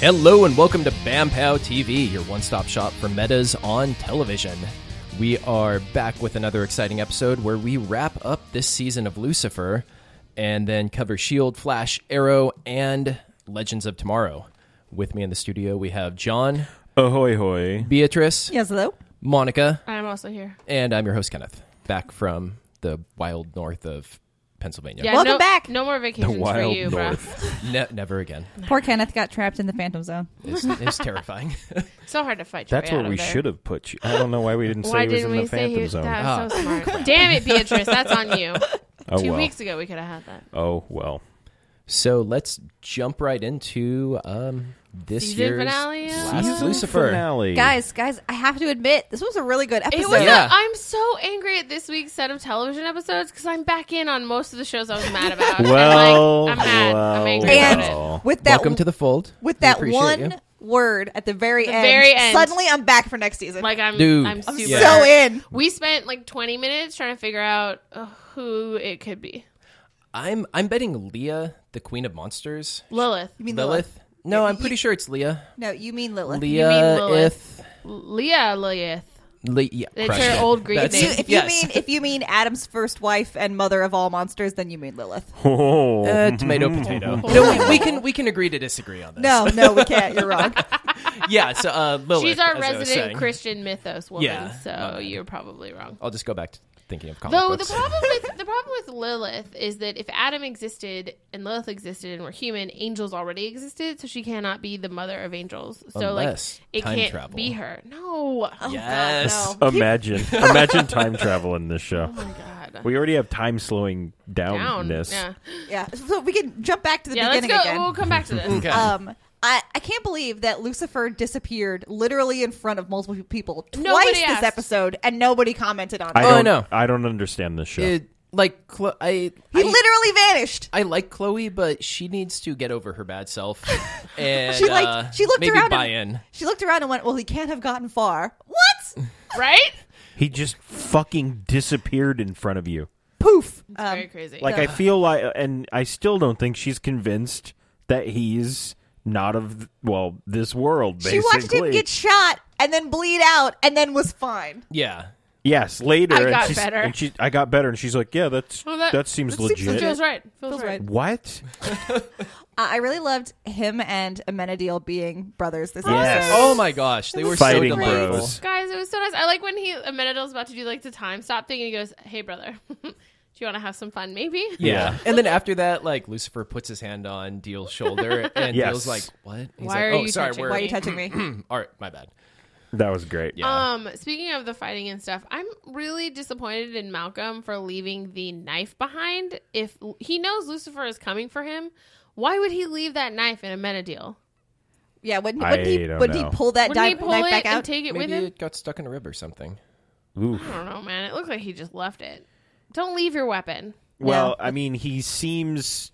Hello and welcome to BamPow TV, your one stop shop for metas on television. We are back with another exciting episode where we wrap up this season of Lucifer and then cover S.H.I.E.L.D., E Flash, Arrow, and Legends of Tomorrow. With me in the studio, we have John, Ahoy hoy. Beatrice, Yes, hello. Monica, I'm also here. and I'm your host, Kenneth, back from the wild north of Pennsylvania. Yeah, Welcome no, back. No more vacations for wild you, bro. Ne- never again. Poor Kenneth got trapped in the Phantom Zone. It's, it's terrifying. So hard to fight. Your That's way where out we of there. should have put you. I don't know why we didn't say Why he was didn't in we the say he Phantom was Zone. that was so smart? Damn it, Beatrice, that's on you. oh Two well. weeks ago we could have had that. Oh well. So let's jump right into um, this Season year's finale? last Season Lucifer. Finale. Guys, guys, I have to admit, this was a really good episode. It was. Yeah. Yeah. I'm so angry at this week's set of television episodes because I'm back in on most of the shows I was mad about. And, like, Well, I'm mad. well, I'm angry well. and about it. Wow. with that Oh. Welcome to the fold. with We that appreciate one you. word at the very, The end, very end. suddenly I'm back for next season. Like I'm, Dude. I'm I'm super. so in. We spent like 20 minutes trying to figure out uh, who it could be. I'm I'm betting Leah, the Queen of Monsters. Lilith, You mean Lilith. Lilith? No, Yeah, I'm you- pretty sure it's Leah. No, you mean Lilith. Leahith. Lilith. Leah, Lilith. Le- yeah, It's crushed her it. old Greek That's If you, name. it. if yes. you mean if you mean Adam's first wife and mother of all monsters, then you mean Lilith. Oh. Uh, tomato, potato. no, we, we can we can agree to disagree on this. No, no, we can't. You're wrong. yeah. So uh, Lilith. She's our as I was saying. resident Christian mythos woman, Yeah, so my bad. Oh, you're probably wrong. I'll just go back to thinking of comic Though the books. problem with the problem with Lilith is that if Adam existed and Lilith existed and were human, angels already existed, so she cannot be the mother of angels. So Unless like it time can't travel. be her. No. Oh Yes. god, Imagine. Imagine time travel in this show. no. Oh my god. We already have time slowing down. downness. Yeah. Yeah, so we can jump back to the Yeah, let's beginning go. again. We'll come back to this. Okay. Um, I, I can't believe that Lucifer disappeared literally in front of multiple people twice Nobody this asked. episode, and nobody commented on I it. Oh, I don't know. I don't understand this show. It- like Chlo- I, He I literally vanished. I like Chloe, but she needs to get over her bad self. And She like uh, she looked maybe around. buy and, in. She looked around and went, "Well, he can't have gotten far." What? Right? he just fucking disappeared in front of you. Poof. Very Um, crazy. Like I feel like and I still don't think she's convinced that he's not of th- well, this world basically. she watched him get shot and then bleed out, and then was fine. Yeah. Yes, later. I and got she's- better. And she, I got better, and she's like, "Yeah, that's Oh, that, seems legit." Feels right. Feels, Feels right. right. What? Uh, I really loved him and Amenadiel being brothers this Yes. episode. Oh my gosh, they were Fighting so delightful. bros. Guys, it was so nice. I like when he Amenadel's about to do like the time stop thing, and he goes, "Hey, brother, do you want to have some fun? Maybe." Yeah. Yeah. and then after that, like Lucifer puts his hand on Deal's shoulder, and Yes. Deal's like, "What? And He's Why like, are oh, you sorry, touching we're Why are you touching me? all right, my bad." That was great. Yeah. Um, speaking of the fighting and stuff, I'm really disappointed in Malcolm for leaving the knife behind. If he knows Lucifer is coming for him, why would he leave that knife in Amenadiel? Yeah, wouldn't, I wouldn't he? don't Wouldn't know. he pull that Wouldn't di- he pull knife it back out? and take it with Maybe him? it got stuck in a rib or something. Oof. I don't know, man. It looked like he just left it. Don't leave your weapon. Well, I mean, he seems.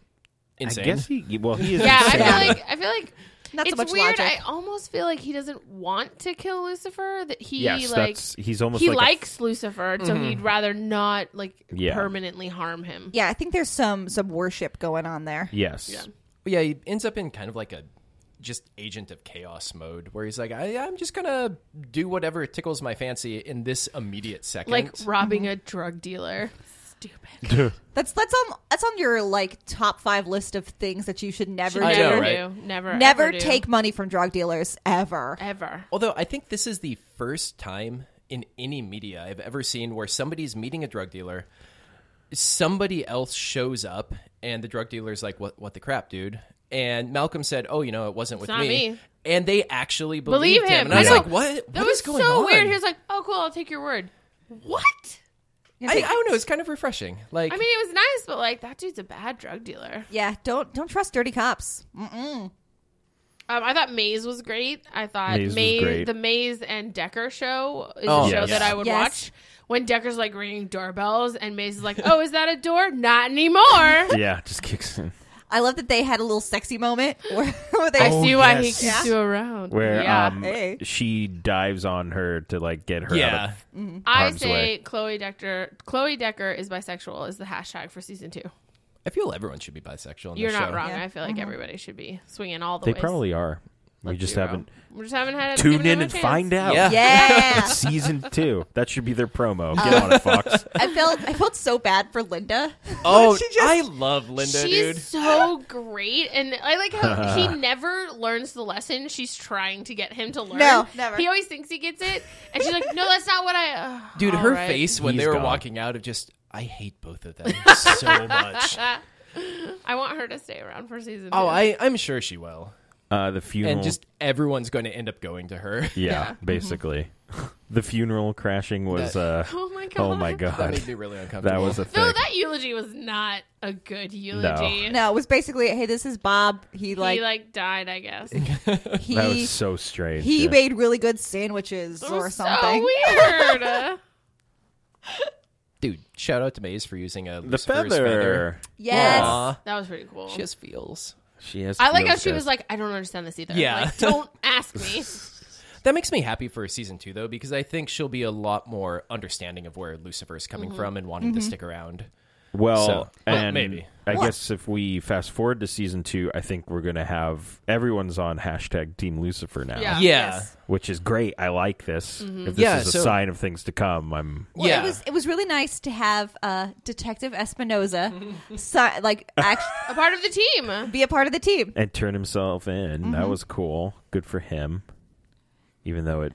Insane. I guess he. Well, he is. Yeah, I insane. feel like I feel like Not so it's much weird. logic. I almost feel like he doesn't want to kill Lucifer. That he Yes, like that's. He's almost. he like a- Mm-hmm. likes Lucifer, so he'd rather not like Yeah. permanently harm him. Yeah, I think there's some some worship going on there. yes. Yeah. But yeah, he ends up in kind of like a just agent of chaos mode, where he's like, I, "I'm just gonna do whatever tickles my fancy in this immediate second. Like robbing a drug dealer. Stupid. That's that's on that's on your like top five list of things that you should never I do. know, never right? do. Never. Never ever do. take money from drug dealers ever. ever. Although I think this is the first time in any media I've ever seen where somebody's meeting a drug dealer, somebody else shows up, and the drug dealer's like, "What? What the crap, dude?" And Malcolm said, "Oh, you know, it wasn't with not me. And they actually believed Believe him. him. And I was I know. like, "What? That what was is going so on?" weird. He was like, "Oh, cool. I'll take your word." What? I, I don't know. It's kind of refreshing. Like, I mean, it was nice, but like that dude's a bad drug dealer. Yeah, don't don't trust dirty cops. Um, I thought Maze was great. I thought Maze was Maze, great. the Maze and Decker show is Oh, a show yes. that I would Yes. watch. When Decker's like ringing doorbells and Maze is like, "Oh, is that a door? Not anymore." Yeah, just kicks in. I love that they had a little sexy moment where, where they I see why he Oh, yes. keeps you around. Where yeah. um, Hey. she dives on her to like get her out yeah, of I harm's say way. Chloe Decker. Chloe Decker is bisexual. Is the hashtag for season two. I feel everyone should be bisexual. In You're this not show. wrong. Yeah. Mm-hmm. I feel like everybody should be swinging all the They ways. probably are. We just Zero. haven't We just haven't had tuned in and find out. Yeah. Yeah. Season two. That should be their promo. Get on it, Fox. I felt I felt so bad for Linda. Oh, She just- I love Linda, She's dude. so great, and I like how he never learns the lesson she's trying to get him to learn. No, never. He always thinks he gets it, and she's like, "No, that's not what I." Ugh, Dude, all her right. face when He's they were gone. walking out of just, I hate both of them so much. I want her to stay around for season. Oh, two. I, I'm sure she will. Uh, the funeral. And just everyone's going to end up going to her. yeah, Yeah. Mm-hmm. basically. the funeral crashing was. Uh, Oh my god. oh my That god, made me really uncomfortable. that was a thing. No, that eulogy was not a good eulogy. No, it was basically, hey, this is Bob. He like he like died, I guess. he That was so strange. he yeah. made really good sandwiches It or was something. So weird. Uh, Dude, shout out to Maze for using a the Lucifer's feather. Yes. Aw, that was pretty cool. she has feels. She has. I like how feels, she guys. was like, I don't understand this either. Yeah. Like, don't ask me. That makes me happy for season two, though, because I think she'll be a lot more understanding of where Lucifer's coming Mm-hmm. from and wanting to stick around. Well, So, well, and maybe. I guess if we fast forward to season two, I think we're gonna have everyone's on hashtag Team Lucifer now, Yeah. Mm-hmm. Yes. which is great. I like this. If this Yeah, is a so- sign of things to come, I'm. Well, yeah. it was it was really nice to have uh, Detective Espinoza, si- like act- A part of the team. be a part of the team. And turn himself in. That Mm-hmm. was cool. Good for him. Even though it,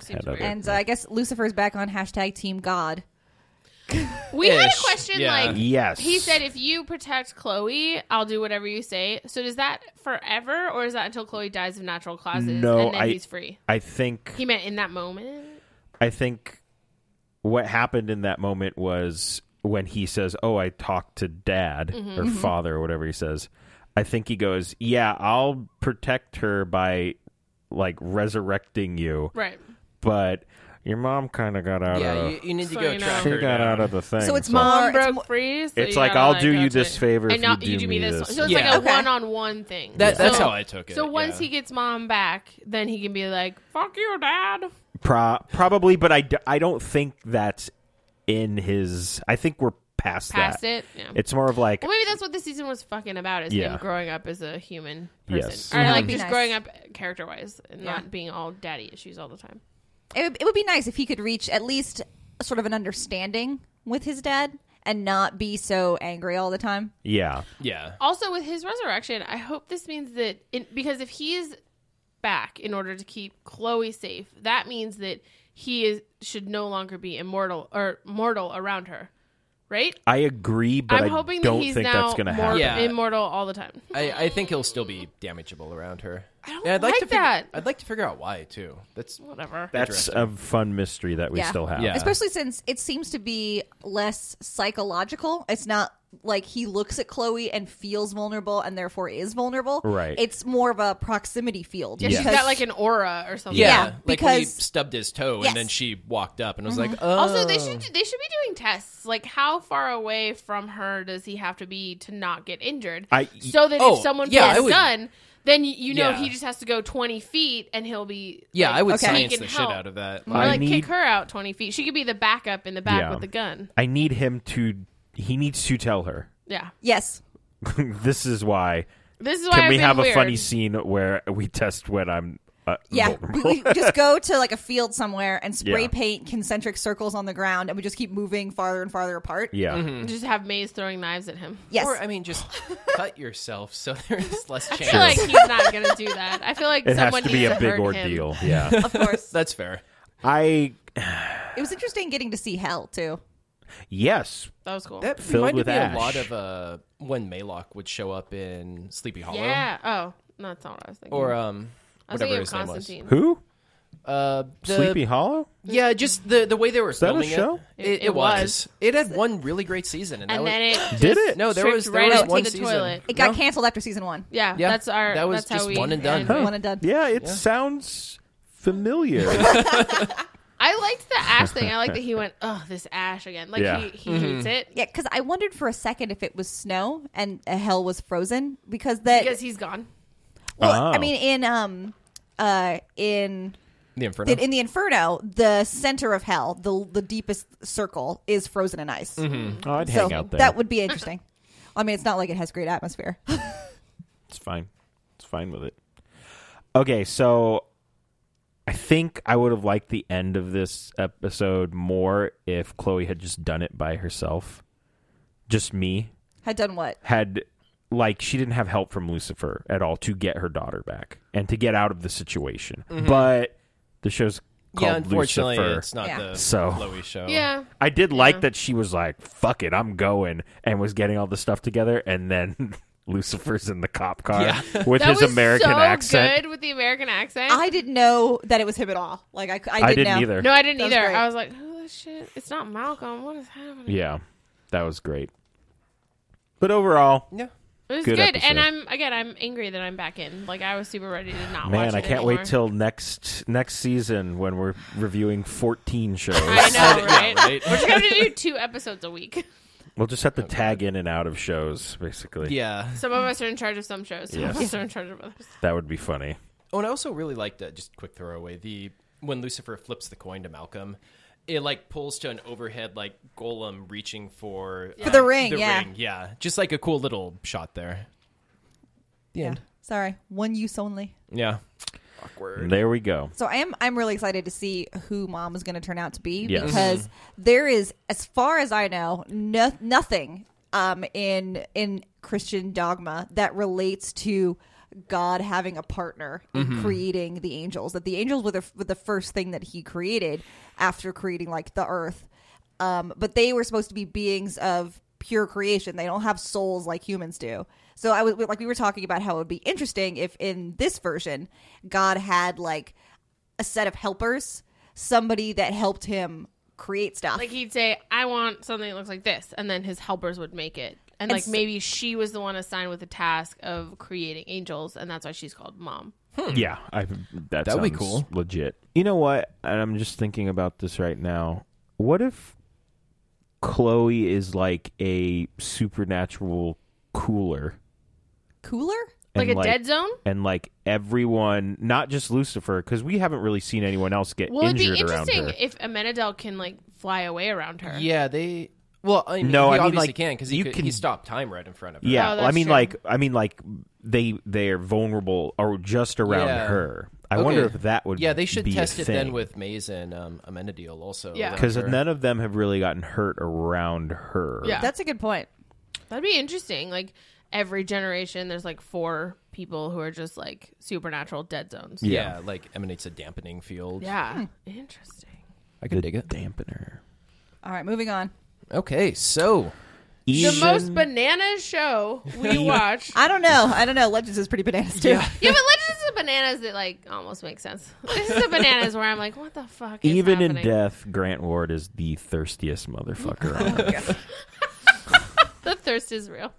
Seems Yeah, that- weird. And uh, I guess Lucifer's back on hashtag Team God. We had a Ish. question Yeah. like yes, he said if you protect Chloe, I'll do whatever you say. So does that forever or is that until Chloe dies of natural causes No, and then I- he's free? I think He meant in that moment. I think what happened in that moment was when he says, "Oh, I talked to dad Mm-hmm. or father or whatever he says." I think he goes, "Yeah, I'll protect her by like resurrecting you, Right. but your mom kind of got out yeah, of you, you need to So go you know. track she her got down. out of the thing." So it's mom. more Mom Uh, it's broke more- free. so It's you like, gotta, I'll do go you to this it. favor and if not, you do me this. this. one. So it's Yeah. like a Okay. one-on-one thing. That, that's so, how I took it. So once he yeah. gets mom back, then he can be like, "Fuck you, dad." Pro- probably, but I, d- I don't think that's in his. I think we're past, Past that. it. Yeah. It's more of like well, maybe that's what this season was fucking about is Yeah. him growing up as a human person. Yes. Or like Be just Mm-hmm. nice. growing up character wise and Yeah. not being all daddy issues all the time. it would, it would be nice if he could reach at least sort of an understanding with his dad and not be so angry all the time. yeah, yeah. Also with his resurrection, I hope this means that in, because if he is back in order to keep Chloe safe, that means that he is should no longer be immortal or mortal around her. Right? I agree, but I'm I hoping don't that he's think now that's going to more happen. Yeah. immortal all the time. I, I think he'll still be damageable around her. I don't would like, like to figure, that. I'd like to figure out why too. That's Whatever. That's a fun mystery that we Yeah. still have. Yeah. Especially since it seems to be less psychological. It's not like he looks at Chloe and feels vulnerable and therefore is vulnerable. Right. It's more of a proximity field. yeah, she's because- got like an aura or something. yeah, Yeah, like when he because- stubbed his toe Yes. Mm-hmm. and then she walked up and was like, oh. Also, they should they should be doing tests. Like, how far away from her does he have to be to not get injured? I- so that Oh, if someone yeah, pulls I a would- gun, then you, you know Yeah. he just has to go twenty feet, and he'll be Yeah, like, I would Okay. Mm-hmm. science he the can shit help. out of that. Or, I like need- kick her out twenty feet. She could be the backup in the back Yeah. with the gun. I need him to. He needs to tell her. Yeah, yes. this is why. this is why Can we I've have been a weird. funny scene where we test when I'm? Uh, Yeah. vulnerable? We, we just go to like a field somewhere and spray Yeah. paint concentric circles on the ground and we just keep moving farther and farther apart. yeah. Just have Maze throwing knives at him. Yes. Or I mean, just cut yourself so there is less chance. I feel like he's not gonna do that. I feel like It has someone to be needs a big hurt ordeal. Him. Yeah. of course. That's fair. I it was interesting getting to see hell too. yes. That was cool. That Filled reminded with me ash. a lot of uh, when Maylock would show up in Sleepy Hollow yeah. Oh, no, that's not what I was thinking. or um, I was whatever thinking of his name was. Constantine. Who? Uh, the- Sleepy Hollow. Yeah, just the the way they were that a filming show? it. It- it was. It had one really great season, and, that and was, then it Did just it? No, there tripped was- there right was out to one the season. toilet. It got canceled after season one. Yeah, Yeah, that's our. that was that's how just we one and done. end Huh. it. One and done. Yeah. It sounds familiar. I liked the ash thing. I like that he went, "Oh, this ash again." Like Yeah. he, he Mm-hmm. hates it Yeah, because I wondered for a second if it was snow and uh, hell was frozen because that. because he's gone. well, Oh. I mean, in um, uh, in the Inferno. in, in the Inferno, the center of hell, the the deepest circle, is frozen in ice. oh, I'd So hang out there. that would be interesting. I mean, it's not like it has great atmosphere. It's fine. It's fine with it. Okay, so I think I would have liked the end of this episode more if Chloe had just done it by herself. Just me. Had done what? Had like she didn't have help from Lucifer at all to get her daughter back and to get out of the situation. But the show's called Mm-hmm. yeah, unfortunately, Lucifer. it's not Yeah. the So- Chloe show. Yeah. I did like that she was like, "Fuck it, I'm going," and was getting all the stuff together, and then Lucifer's in the cop car Yeah. with That his was American so accent. good with the American accent. I didn't know that it was him at all. Like I, I, I didn't didn't know. either. no, I didn't That was either. great. I was like, who is shit? It's not Malcolm. What is happening? Yeah, that was great. But overall, Yeah. It was Good good, episode. and I'm again. I'm angry that I'm back in. Like I was super ready to not. watch man, it I can't anymore. wait till next next season when we're reviewing 14 shows. I know, Yeah, right? right? We're just gonna have to do two episodes a week. we'll just have to tag in and out of shows, basically. Yeah. Some of us are in charge of some shows. Some of Yes. us are in charge of others. that would be funny. Oh, and I also really liked uh, just quick throwaway the when Lucifer flips the coin to Malcolm, it like pulls to an overhead like golem reaching for uh, For the ring, yeah. ring. Yeah, just like a cool little shot there. The Yeah. end. Sorry, one use only. Yeah. And Awkward. there we go. So I am I'm really excited to see who mom is going to turn out to be Yes. because there is as far as I know no, nothing um in in Christian dogma that relates to God having a partner in creating the angels that the angels were the, were the first thing that he created after creating like the earth um, but they were supposed to be beings of pure creation. They don't have souls like humans do. So I was like, we were talking about how it would be interesting if in this version, God had like a set of helpers, somebody that helped him create stuff. Like he'd say, "I want something that looks like this," and then his helpers would make it. And, And like so- maybe she was the one assigned with the task of creating angels, and that's why she's called mom. Yeah, I, that That would be sounds cool. Legit. You know what? And I'm just thinking about this right now. What if Chloe is like a supernatural cooler, Cooler? Like And, a dead zone. and like everyone, not just Lucifer, because we haven't really seen anyone else get Well, it'd be injured around interesting her. if Amenadel can like fly away around her. Yeah, they. Well, I mean, No, he I mean, obviously like, can because he you could, can- he stopped time right in front of her. Yeah, Oh, I that's mean, true. like, I mean, like they they are vulnerable or just around Yeah. her. I Okay. wonder if that would Yeah, they should be a test it then thing. with Maze and um, Amenadiel also. Yeah. around because her. none of them have really gotten hurt around her. Yeah. That's a good point. That'd be interesting. Like every generation, there's like four people who are just like supernatural dead zones. yeah, like emanates a dampening field. Hmm. Yeah. Interesting. I could dig it. dampener. All right, moving on. Okay, so The most bananas show we watched. I don't know. I don't know. Legends is pretty bananas too. Yeah, but Legends of Bananas that like almost makes sense. This is a bananas where I'm like, what the fuck? Is Even in happening? death, Grant Ward is the thirstiest motherfucker on earth. the thirst is real.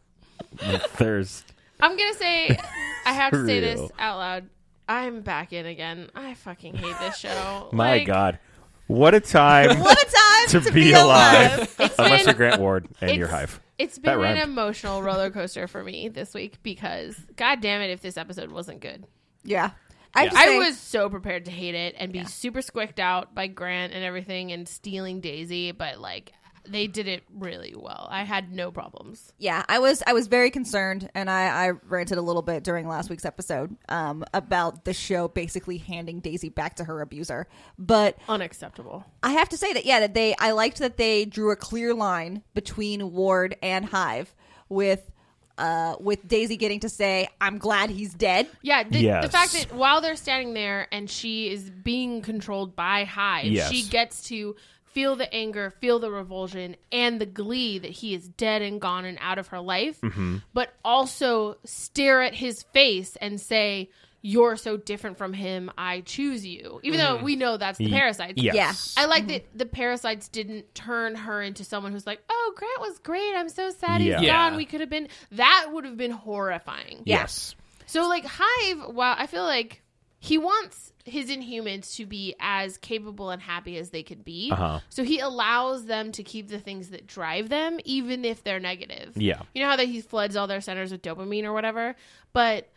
The thirst. I'm gonna say, I have to say this Real. out loud. I'm back in again. I fucking hate this show. My Like, God, what a time What a time to to, be, alive! It's Unless been- you're Grant Ward and you're It's- Hive. It's That been an rhymed. emotional roller coaster for me this week because, god damn it, if this episode wasn't good, Yeah. I, have to I say- was so prepared to hate it and be super squicked out by Grant and everything and stealing Daisy, but like they did it really well. I had no problems. yeah i was i was very concerned and i i ranted a little bit during last week's episode um about the show basically handing daisy back to her abuser but Unacceptable. i have to say that yeah that they i liked that they drew a clear line between ward and hive with uh with daisy getting to say i'm glad he's dead Yeah, the, the Yes. fact that while they're standing there and she is being controlled by Hive, Yes. she gets to feel the anger, feel the revulsion, and the glee that he is dead and gone and out of her life, Mm-hmm. but also stare at his face and say, You're so different from him. I choose you. Even though we know that's the parasite. Mm-hmm. Yes. I like that the parasites didn't turn her into someone who's like, "Oh, Grant was great. I'm so sad Yeah. he's gone. Yeah. We could have been." That would have been horrifying. Yes. So like Hive, while I feel like he wants his Inhumans to be as capable and happy as they can be, Uh-huh. so he allows them to keep the things that drive them, even if they're negative. Yeah. You know how that he floods all their centers with dopamine or whatever, but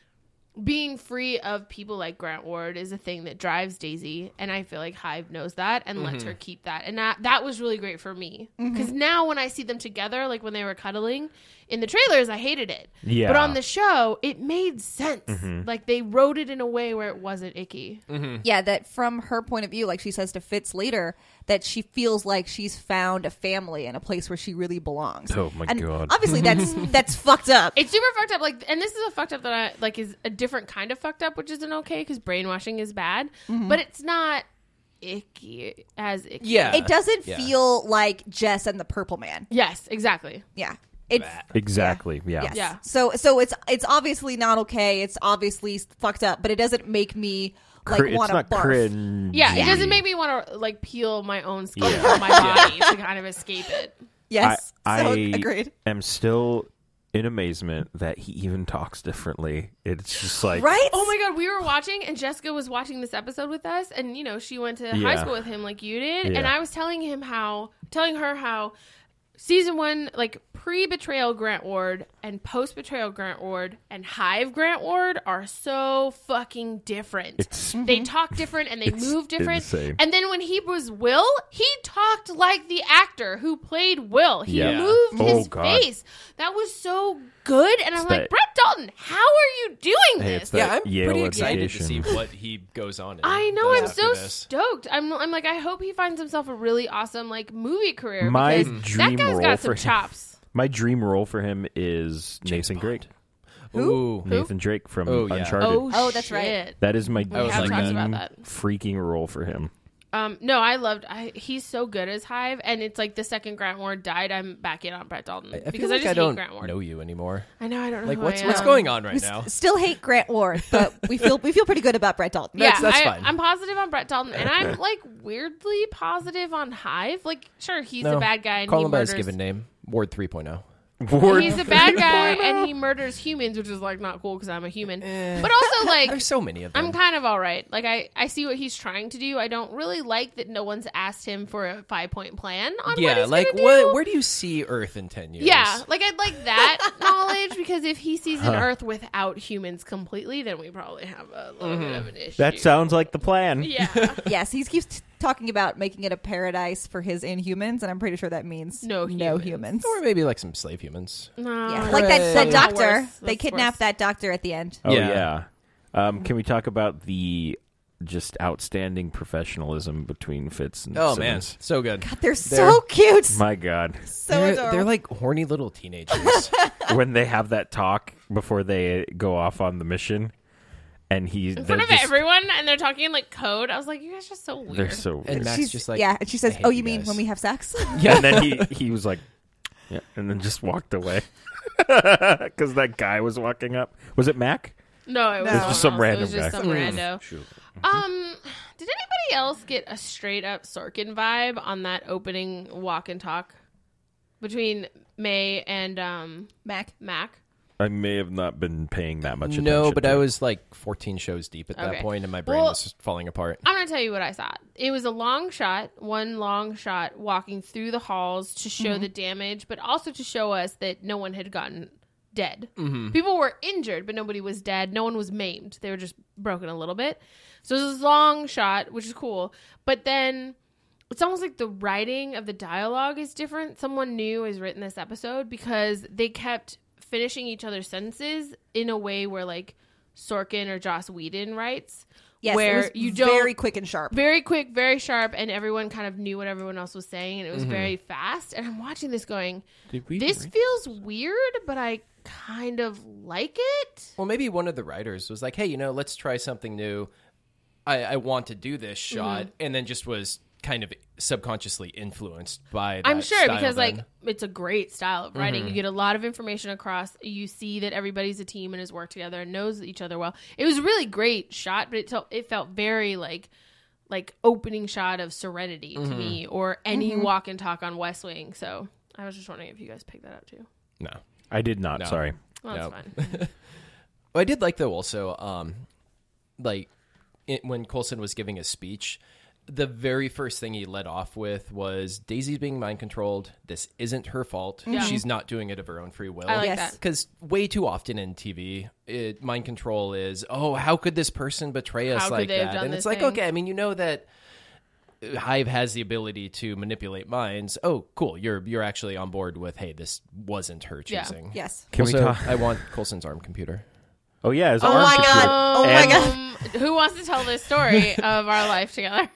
being free of people like Grant Ward is a thing that drives Daisy, and I feel like Hive knows that and lets her keep that, and that that was really great for me because now when I see them together, like when they were cuddling in the trailers, I hated it, Yeah. but on the show, it made sense. Like they wrote it in a way where it wasn't icky. Mm. Yeah, that from her point of view, like she says to Fitz later, that she feels like she's found a family and a place where she really belongs. Oh, my And God. Obviously, that's that's fucked up. It's super fucked up. Like, and this is a fucked up that I like is a different kind of fucked up, which isn't okay because brainwashing is bad, but it's not icky as icky. Yeah. it doesn't Yeah. feel like Jess and the Purple Man. Yes. Exactly. Yeah, it's Exactly. Yeah. yes. Yeah. So so it's it's obviously not okay. It's obviously fucked up, but it doesn't make me like Cr- it's want to not barf. cringe. Yeah, it doesn't make me want to like peel my own skin from my body to kind of escape it. I, Yes, so I agreed. am still in amazement that he even talks differently. It's just like Right? Oh my god, we were watching and Jessica was watching this episode with us and you know, she went to high Yeah. school with him like you did and Yeah. I was telling him how telling her how season 1 like pre-betrayal Grant Ward and post-betrayal Grant Ward and Hive Grant Ward are so fucking different. It's they talk different and they Mm-hmm. It's move different. insane. And then when he was Will, he talked like the actor who played Will. He Yeah. moved Oh, his God. face. That was so good. And I'm It's like, that- Brett Dalton, how are you doing Hey, this? it's that Yeah, I'm Yale pretty excited to see education. what he goes on. in I know. I'm after so this. stoked. I'm, I'm like, I hope he finds himself a really awesome like movie career. My because dream that guy's role got for some him. chops. My dream role for him is Nathan Bond. Drake. Ooh, Nathan Drake from Oh, yeah. Uncharted. Oh, Oh, that's right. shit. That is my We have dream talked about that. freaking role for him. Um, no, I loved. I, he's so good as Hive, and it's like the second Grant Ward died, I'm back in on Brett Dalton I feel because I like just I hate don't Grant Oh, Ward. know you anymore. I know I don't know Like, who what's I what's am. going on right We s- now? still hate Grant Ward, but we feel we feel pretty good about Brett Dalton. Yeah, that's I, fine. I'm positive on Brett Dalton, and I'm like weirdly positive on Hive. Like, sure, he's No. a bad guy and Call he him by murders. his given name, Ward oh. 3.0. He's a bad guy and he murders humans, which is like not cool because I'm a human. But also, like, There's Eh. so many of them. I'm kind of all right. Like, I I see what he's trying to do. I don't really like that no one's asked him for a five point plan on what yeah, he's like gonna do. what? Where do you see Earth in ten years? Yeah, like I'd like that knowledge because if he sees an Earth without humans completely, then we probably have a little Mm-hmm. bit of an issue. That sounds like the plan. yeah. Yes, he keeps t- talking about making it a paradise for his inhumans, and I'm pretty sure that means No no humans. humans. or maybe like some slave humans. No. Yeah, like that, that Right. doctor. Worse. They That's kidnapped worse. that doctor at the end. Oh Yeah. yeah. Um, can we talk about the just outstanding professionalism between Fitz and Oh man, Simmons? so good. They're so cute, Uh, My God, so They're, adorable. they're like horny little teenagers. when they have that talk before they go off on the mission, and he in front of everyone, and they're talking in, like code. I was like, you guys are just so weird. they're so and weird. Max She's just like, yeah, and she says, I hate "Oh, you mean guys." when we have sex?" and then he he was like, yeah, and then just walked away because that guy was walking up. Was it Mac? no, it was, It was just someone some else. It was random just guy. some rando. Um, did anybody else get a straight up Sorkin vibe on that opening walk and talk between May and um Mac, Mac? I may have not been paying that much attention. No, but to I it. was like 14 shows deep at Okay. that point, and my brain Well- was just falling apart. I'm going to tell you what I saw. It was a long shot, one long shot walking through the halls to show Mm-hmm. the damage, but also to show us that no one had gotten dead. Mm-hmm. People were injured, but nobody was dead. No one was maimed. They were just broken a little bit. So it was a long shot, which is cool. But then it's almost like the writing of the dialogue is different. Someone new has written this episode because they kept finishing each other's sentences in a way where like Sorkin or Joss Whedon writes. yes, where it was you don't very quick and sharp. very quick, very sharp, and everyone kind of knew what everyone else was saying, and it was very fast. And I'm watching this going, Did we this read- feels weird, but I kind of like it. Well, maybe one of the writers was like, "Hey, you know, let's try something new. I, I want to do this Mm-hmm. shot," and then just was kind of subconsciously influenced by. That I'm sure style because then. like it's a great style of writing. You get a lot of information across. You see that everybody's a team and has worked together and knows each other well. It was a really great shot, but it felt it felt very like like opening shot of Serenity to me or any walk and talk on West Wing. So I was just wondering if you guys picked that up too. no, I did not. Sorry. Well, that's Nope. fine. Well, I did like though also, um, like it, when Colson was giving his speech, the very first thing he led off with was Daisy's being mind controlled. This isn't her fault. She's not doing it of her own free will. I like Yes. that. because way too often in TV, it, mind control is, oh, how could this person betray us How could like they have that? done And this it's like, thing? okay, I mean, you know that uh, Hive has the ability to manipulate minds. Oh, cool, you're you're actually on board with, hey, this wasn't her Yeah. choosing. Yes. Can also, we talk? I want Colson's arm computer. Oh yeah, his Oh arm my computer. God. Oh my And- God. Um, who wants to tell this story of our life together?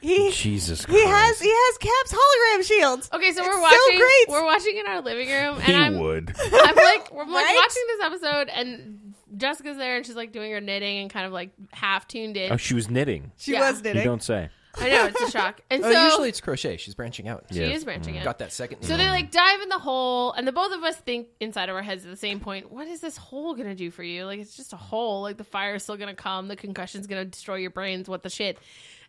He Jesus Christ. he has he has Cap's hologram shields. Okay, so It's we're so watching. great. We're watching in our living room, and He I'm, would. I'm like, we're like Right? watching this episode, and Jessica's there, and she's like doing her knitting and kind of like half tuned in. Oh, she was knitting. She Yeah. was You knitting. don't say. I know it's a shock, and so oh, usually it's crochet. She's branching out. she Yeah. is branching out. Got that second. So they like dive in the hole, and the both of us think inside of our heads at the same point, what is this hole gonna do for you? Like it's just a hole. Like the fire is still gonna come, the concussion's gonna destroy your brains. What the shit?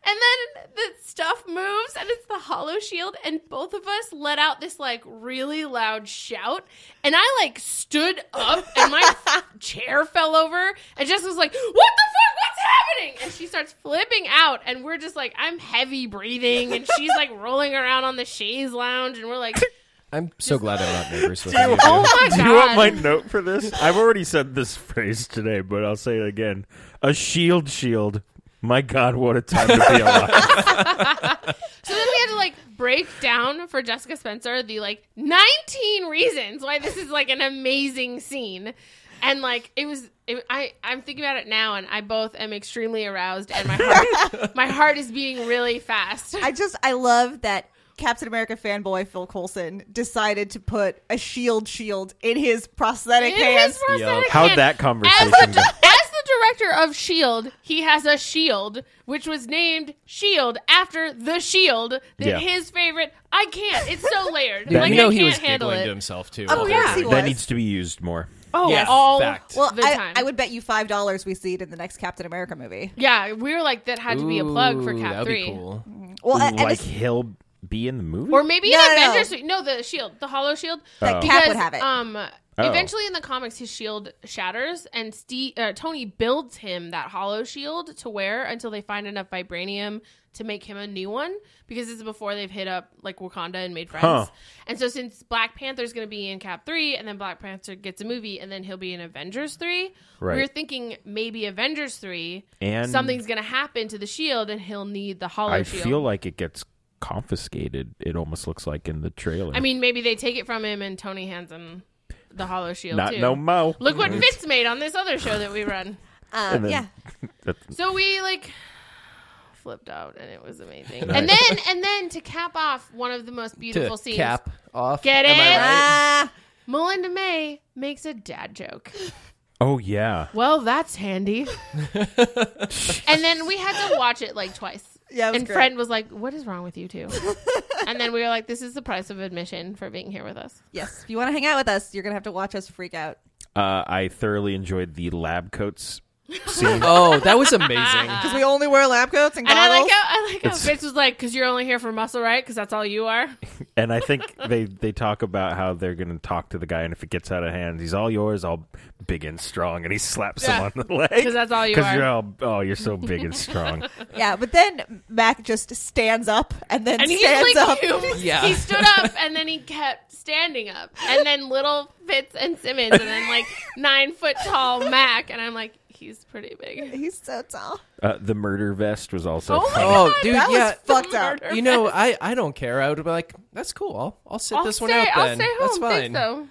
And then the stuff moves, and it's the hollow shield, and both of us let out this like really loud shout, and I like stood up, and my chair fell over, and Jess was like, "What the fuck? What's happening?" And she starts flipping out, and we're just like, "I'm heavy breathing," and she's like rolling around on the chaise lounge, and we're like. I'm so glad I'm not neighbors with you. Oh my Do god! you want my note for this? I've already said this phrase today, but I'll say it again. A shield shield. My God, what a time to be alive. so then we had to like break down for Jessica Spencer the like 19 reasons why this is like an amazing scene, and like it was. It, I I'm thinking about it now, and I both am extremely aroused, and my heart my heart is beating really fast. I just I love that Captain America fanboy Phil Coulson decided to put a shield shield in his prosthetic It hands. is prosthetic How'd hand. that As conversation the, go? as the director of Shield, E he has a shield E which was named Shield E after the Shield that Yeah. his favorite. I can't. It's so layered. That- like you know I can't he was handle giggling it. Oh, to himself too. Of while they yeah. were course he doing was. That needs to be used more. Oh, Yes, all fact. well, the I, time. I would bet you five dollars we see it in the next Captain America movie. Yeah, we were like that had to be a plug for Ooh, Cap that'd three, Be cool. Well, and like it's- he'll be in the movie. or maybe No, in no, no. Avengers. three- No, the shield, the Hollow Shield. That Because, Cap would have it. Um, Oh. eventually in the comics, his shield shatters, and Steve, uh, Tony builds him that Hollow Shield to wear until they find enough vibranium to make him a new one. Because this is before they've hit up like Wakanda and made friends. Huh. And so since Black Panther's going to be in Cap 3 and then Black Panther gets a movie and then he'll be in Avengers 3, Right. we were thinking maybe Avengers 3 And- something's going to happen to the shield and he'll need the hollow I shield. feel like it gets confiscated. It almost looks like in the trailer. I mean maybe they take it from him and Tony hands him the hollow shield not too. no mo. Look what Fitz made on this other show that we run. uh, and then- yeah, So we like flipped out and it was amazing. Nice. And then and then to cap off one of the most beautiful to scenes. cap off. Get am I it? right? Ah, Melinda May makes a dad joke. Oh yeah. Well, that's handy. and then we had to watch it like twice. Yeah, it was and great. Fred was like, "What is wrong with you two? and then we were like, "This is the price of admission for being here with us." yes. If you want to hang out with us, you're gonna have to watch us freak out. Uh, I thoroughly enjoyed the lab coats scene. Oh, that was amazing. Because we only wear lab coats and Uh, And I goggles. like how I like how It's- Fitz was like, "Cause you're only here for muscle, right? Cause that's all you are." And I think they, they talk about how they're going to talk to the guy, and if it gets out of hand, he's all yours, all big and strong, and he slaps Yeah. him on the leg because that's all you are. you're all oh, you're so big and strong. yeah, but then Mac just stands up and then And he's stands like, up. you- Yeah. he stood up and then he kept standing up, and then little Fitz and Simmons, and then like nine foot tall Mac, and I'm like, he's pretty big. He's so tall. uh, the murder vest was also. Oh my fun. Oh, God, dude, that yeah. was fucked up. Murder. you know, I, I don't care. I would be like, that's cool. I'll, I'll sit this one stay, out I'll then. stay home. That's fine. Think so.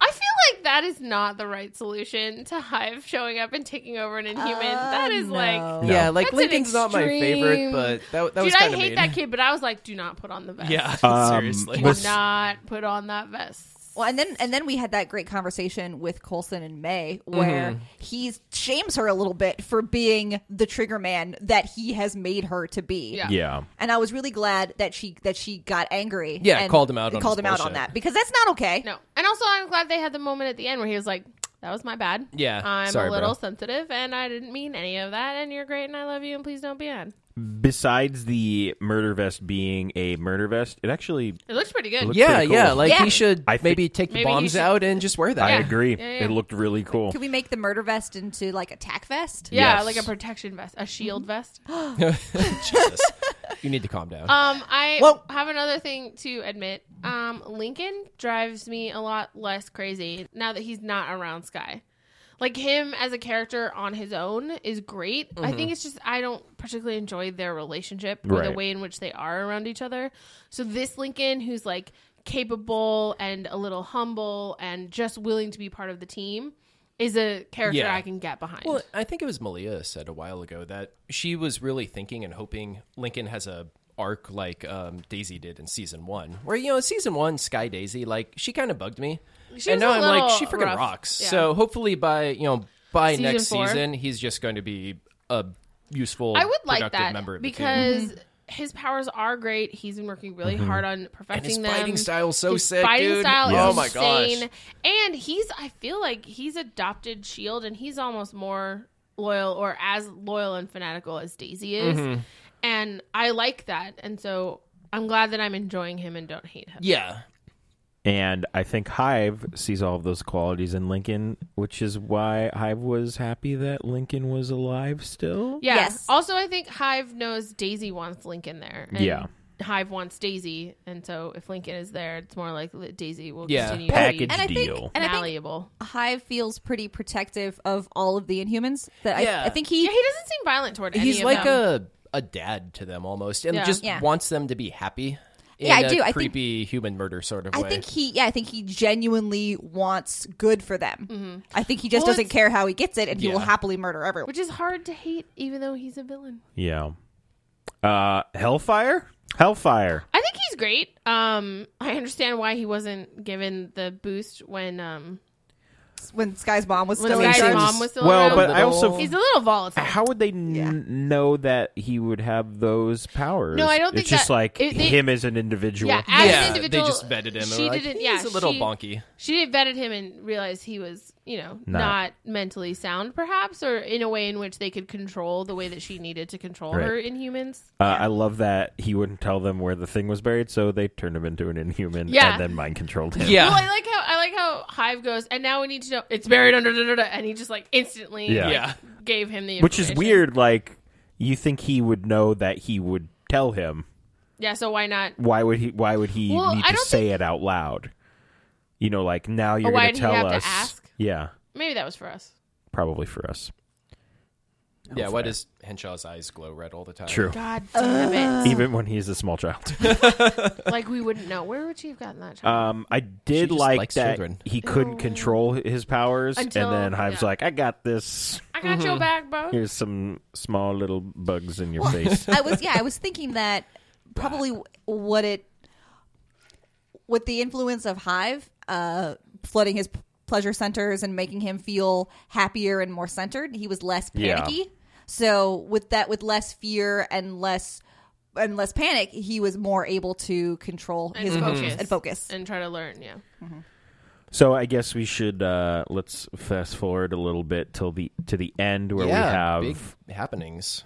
I feel like that is not the right solution to Hive showing up and taking over an Inhuman. that is like. Uh, No. Yeah, like That's an Lincoln's not my favorite, extreme- but that, that was Dude, I kind of hate mean. that kid, but I was like, do not put on the vest. Yeah, Um, seriously. Do Well, What's- not put on that vest. Well, and then and then we had that great conversation with Colson and May, where he shames her a little bit for being the trigger man that he has made her to be. Yeah. Yeah, And I was really glad that she that she got angry. Yeah, and called him out on called his him out on bullshit. that because that's not okay. No. And also, I'm glad they had the moment at the end where he was like, that was my bad. Yeah, I'm sorry, a little bro." sensitive and I didn't mean any of that. And you're great and I love you and please don't be on. besides the murder vest being a murder vest, it actually It looks pretty good. Look- yeah, pretty cool. yeah. Like Yeah. he should I think- maybe take the Maybe he bombs should- out and just wear that. I Yeah. agree. Yeah, yeah. It looked really cool. Could we make the murder vest into like a tack vest? yeah, Yes. like a protection vest, a shield vest. Jesus. You need to calm down. Um, I Well- have another thing to admit. Um, Lincoln drives me a lot less crazy now that he's not around Sky. Like him as a character on his own is great. I think it's just I don't particularly enjoy their relationship or the Right. way in which they are around each other. So this Lincoln, who's like capable and a little humble and just willing to be part of the team, is a character Yeah. I can get behind. Well, I think it was Malia said a while ago that she was really thinking and hoping Lincoln has a arc like um, Daisy did in season one, where you know season one Sky Daisy like she kind of bugged me, She and was now a I'm like little she freaking rough. rocks. Yeah. So hopefully by you know by Season next four. season he's just going to be a useful I would like productive that member of the team. because his powers are great. He's been working really hard on Mm-hmm. And his perfecting them. fighting style's so his sick, fighting dude. style oh is my insane. gosh. And he's I feel like he's adopted Shield E and he's almost more loyal or as loyal and fanatical as Daisy is. Mm-hmm. And I like that. And so I'm glad that I'm enjoying him and don't hate him. Yeah. And I think Hive sees all of those qualities in Lincoln, which is why Hive was happy that Lincoln was alive still. Yeah. Yes. Also I think Hive knows Daisy wants Lincoln there. And Yeah. Hive wants Daisy, and so if Lincoln is there, it's more like Daisy will Yeah. continue Package to And I deal. think, and I think malleable. Hive feels pretty protective of all of the Inhumans. That Yeah. I, I think he, Yeah, he doesn't seem violent toward any he's of like them. a a dad to them almost, and Yeah. just Yeah. wants them to be happy. In Yeah, I a do. I think- creepy human murder sort of I way. think he, yeah, I think he genuinely wants good for them. I think he just Mm-hmm. Well, doesn't it's- care how he gets it, and he will Yeah. happily murder everyone. which is hard to hate, even though he's a villain. Yeah. Uh, Hellfire? Hellfire. I think he's great. Um, I understand why he wasn't given the boost when um When Sky's mom was when still in Sky's charge, mom was still Well, around. but I also- he's a little volatile. How would they n- Yeah. know that he would have those powers? No, I don't It's think just that- like it- they- him as an individual. Yeah, as yeah, an individual, they just vetted him. and She were like, didn't. Yeah, he's a little she, bonky. She vetted him and realized he was, you know, Not- not. mentally sound, perhaps, or in a way in which they could control the way that she needed to control Right. her in humans. Uh, I love that he wouldn't tell them where the thing was buried, so they turned him into an inhuman Yeah. and then mind controlled him. Yeah. Well, I like how I like how Hive goes, and now we need to know it's buried under da, da, da, and he just like instantly Yeah. like, Yeah. gave him the Which is information. weird. Like, you think he would know that he would tell him. Yeah, so why not? Why would he? Why would he Well, need I to don't say it out loud? You know, like now you're Or why going did to tell he have to us. ask? Yeah, Maybe that was for us. probably for us. Yeah, why does Henshaw's eyes glow red all the time? True. God damn Even when he's a small child. it! like we wouldn't know. Where would she have gotten that? Child? Um, I did just like likes that children. he couldn't control his powers, Oh. Until- and then Hive's yeah. like, "I got this. I got mm-hmm. your back, bro. Here's some small little bugs in your face." I was yeah, I was thinking that probably w- what it with the influence of Hive uh, flooding his p- pleasure centers and making him feel happier and more centered, he was less Yeah. panicky. So with that, with less fear and less and less panic, he was more able to control And his Mm-hmm. emotions focus. and focus. and try to learn. Yeah, So I guess we should uh, let's fast forward a little bit till the to the end where we have big happenings.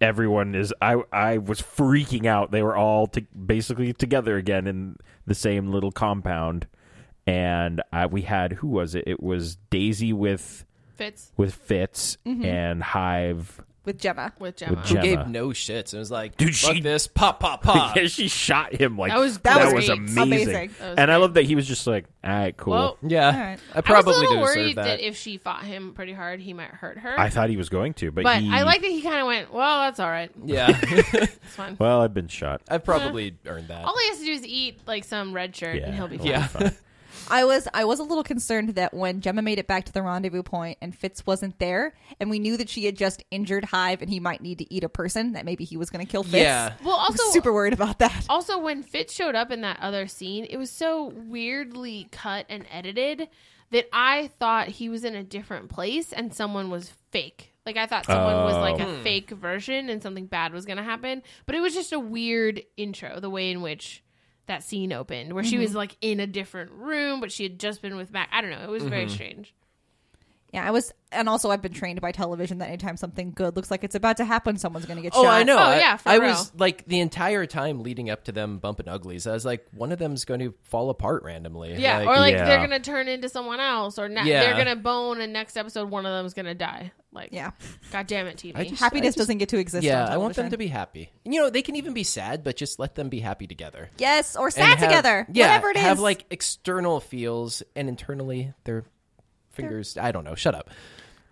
everyone is. I I was freaking out. They were all to, basically together again in the same little compound, and I, we had who was it? It was Daisy with fits with Fitz Mm-hmm. and Hive. with Gemma, with Gemma. With Who Gemma. gave no shits and was like, Dude, dude, fuck she- this, pop, pop, pop. yeah, she shot him like That was that, great. was amazing. Amazing. That was and I love that he was just like, all right, cool. Well, yeah, right. I I was a probably little deserve worried that. that. if she fought him pretty hard, he might hurt her. I thought he was going to, but, but he- I like that he kind of went. Well, that's all right. yeah, It's fine. Well, I've been shot. Uh, I probably earned that. All he has to do is eat like some red shirt, Yeah, and he'll be it'll fine. be Yeah. fine. I was I was a little concerned that when Gemma made it back to the rendezvous point and Fitz wasn't there, and we knew that she had just injured Hive and he might need to eat a person, that maybe he was going to kill Fitz. Yeah. Well, I was also super worried about that. Also, when Fitz showed up in that other scene, it was so weirdly cut and edited that I thought he was in a different place and someone was fake. Like I thought someone was like a Oh. fake version and something bad was going to happen, but it was just a weird intro the way in which that scene opened Mm-hmm. where she was like in a different room but she had just been with Mac. I don't know, it was very strange. Yeah, I was, and also I've been trained by television that anytime something good looks like it's about to happen, someone's going to get Oh, shot. I know. Oh, I, yeah, for I real. was like the entire time leading up to them bumping uglies. I was like, one of them's going to fall apart randomly. Yeah, or like Yeah. they're gonna turn into someone else, or ne- Yeah. they're gonna bone, and next episode one of them's gonna die. Like, Yeah, god damn it, TV. I just- happiness I just- doesn't get to exist. yeah. on I want them to television. be happy. And, you know, they can even be sad, but just let them be happy together. yes or And sad have- together. Yeah, whatever it is. Have like external feels and internally their fingers. I don't know. Shut up.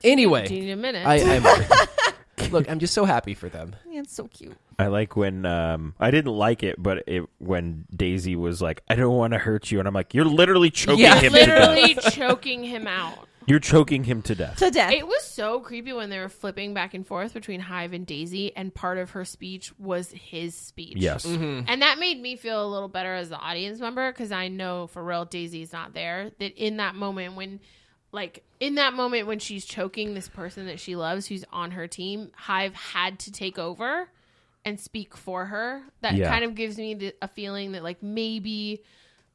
Do you Anyway, need a minute? I, I'm. look, I'm just so happy for them. Yeah, it's so cute. I like when um I didn't like it, but it when Daisy was like, "I don't want to hurt you," and I'm like, "You're literally choking Yeah. him. to death. Literally choking him out. You're choking him to death." To death. It was so creepy when they were flipping back and forth between Hive and Daisy, and part of her speech was his speech. Yes. And that made me feel a little better as the audience member because I know for real Daisy's not there. That in that moment when, like, in that moment when she's choking this person that she loves who's on her team, Hive had to take over and speak for her. That Yeah. kind of gives me the, a feeling that, like, maybe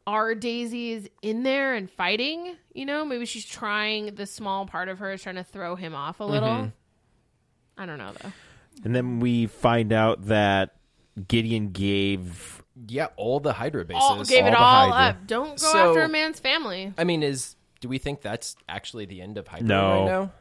our Daisy is in there and fighting. You know, maybe she's trying, the small part of her is trying to throw him off a little. Mm-hmm. I don't know, though. And then we find out that Gideon gave Yeah, all the Hydra bases. All, gave all it the all Hydra. up. Don't go So- after a man's family. I mean, is do we think that's actually the end of Hydra No. right now?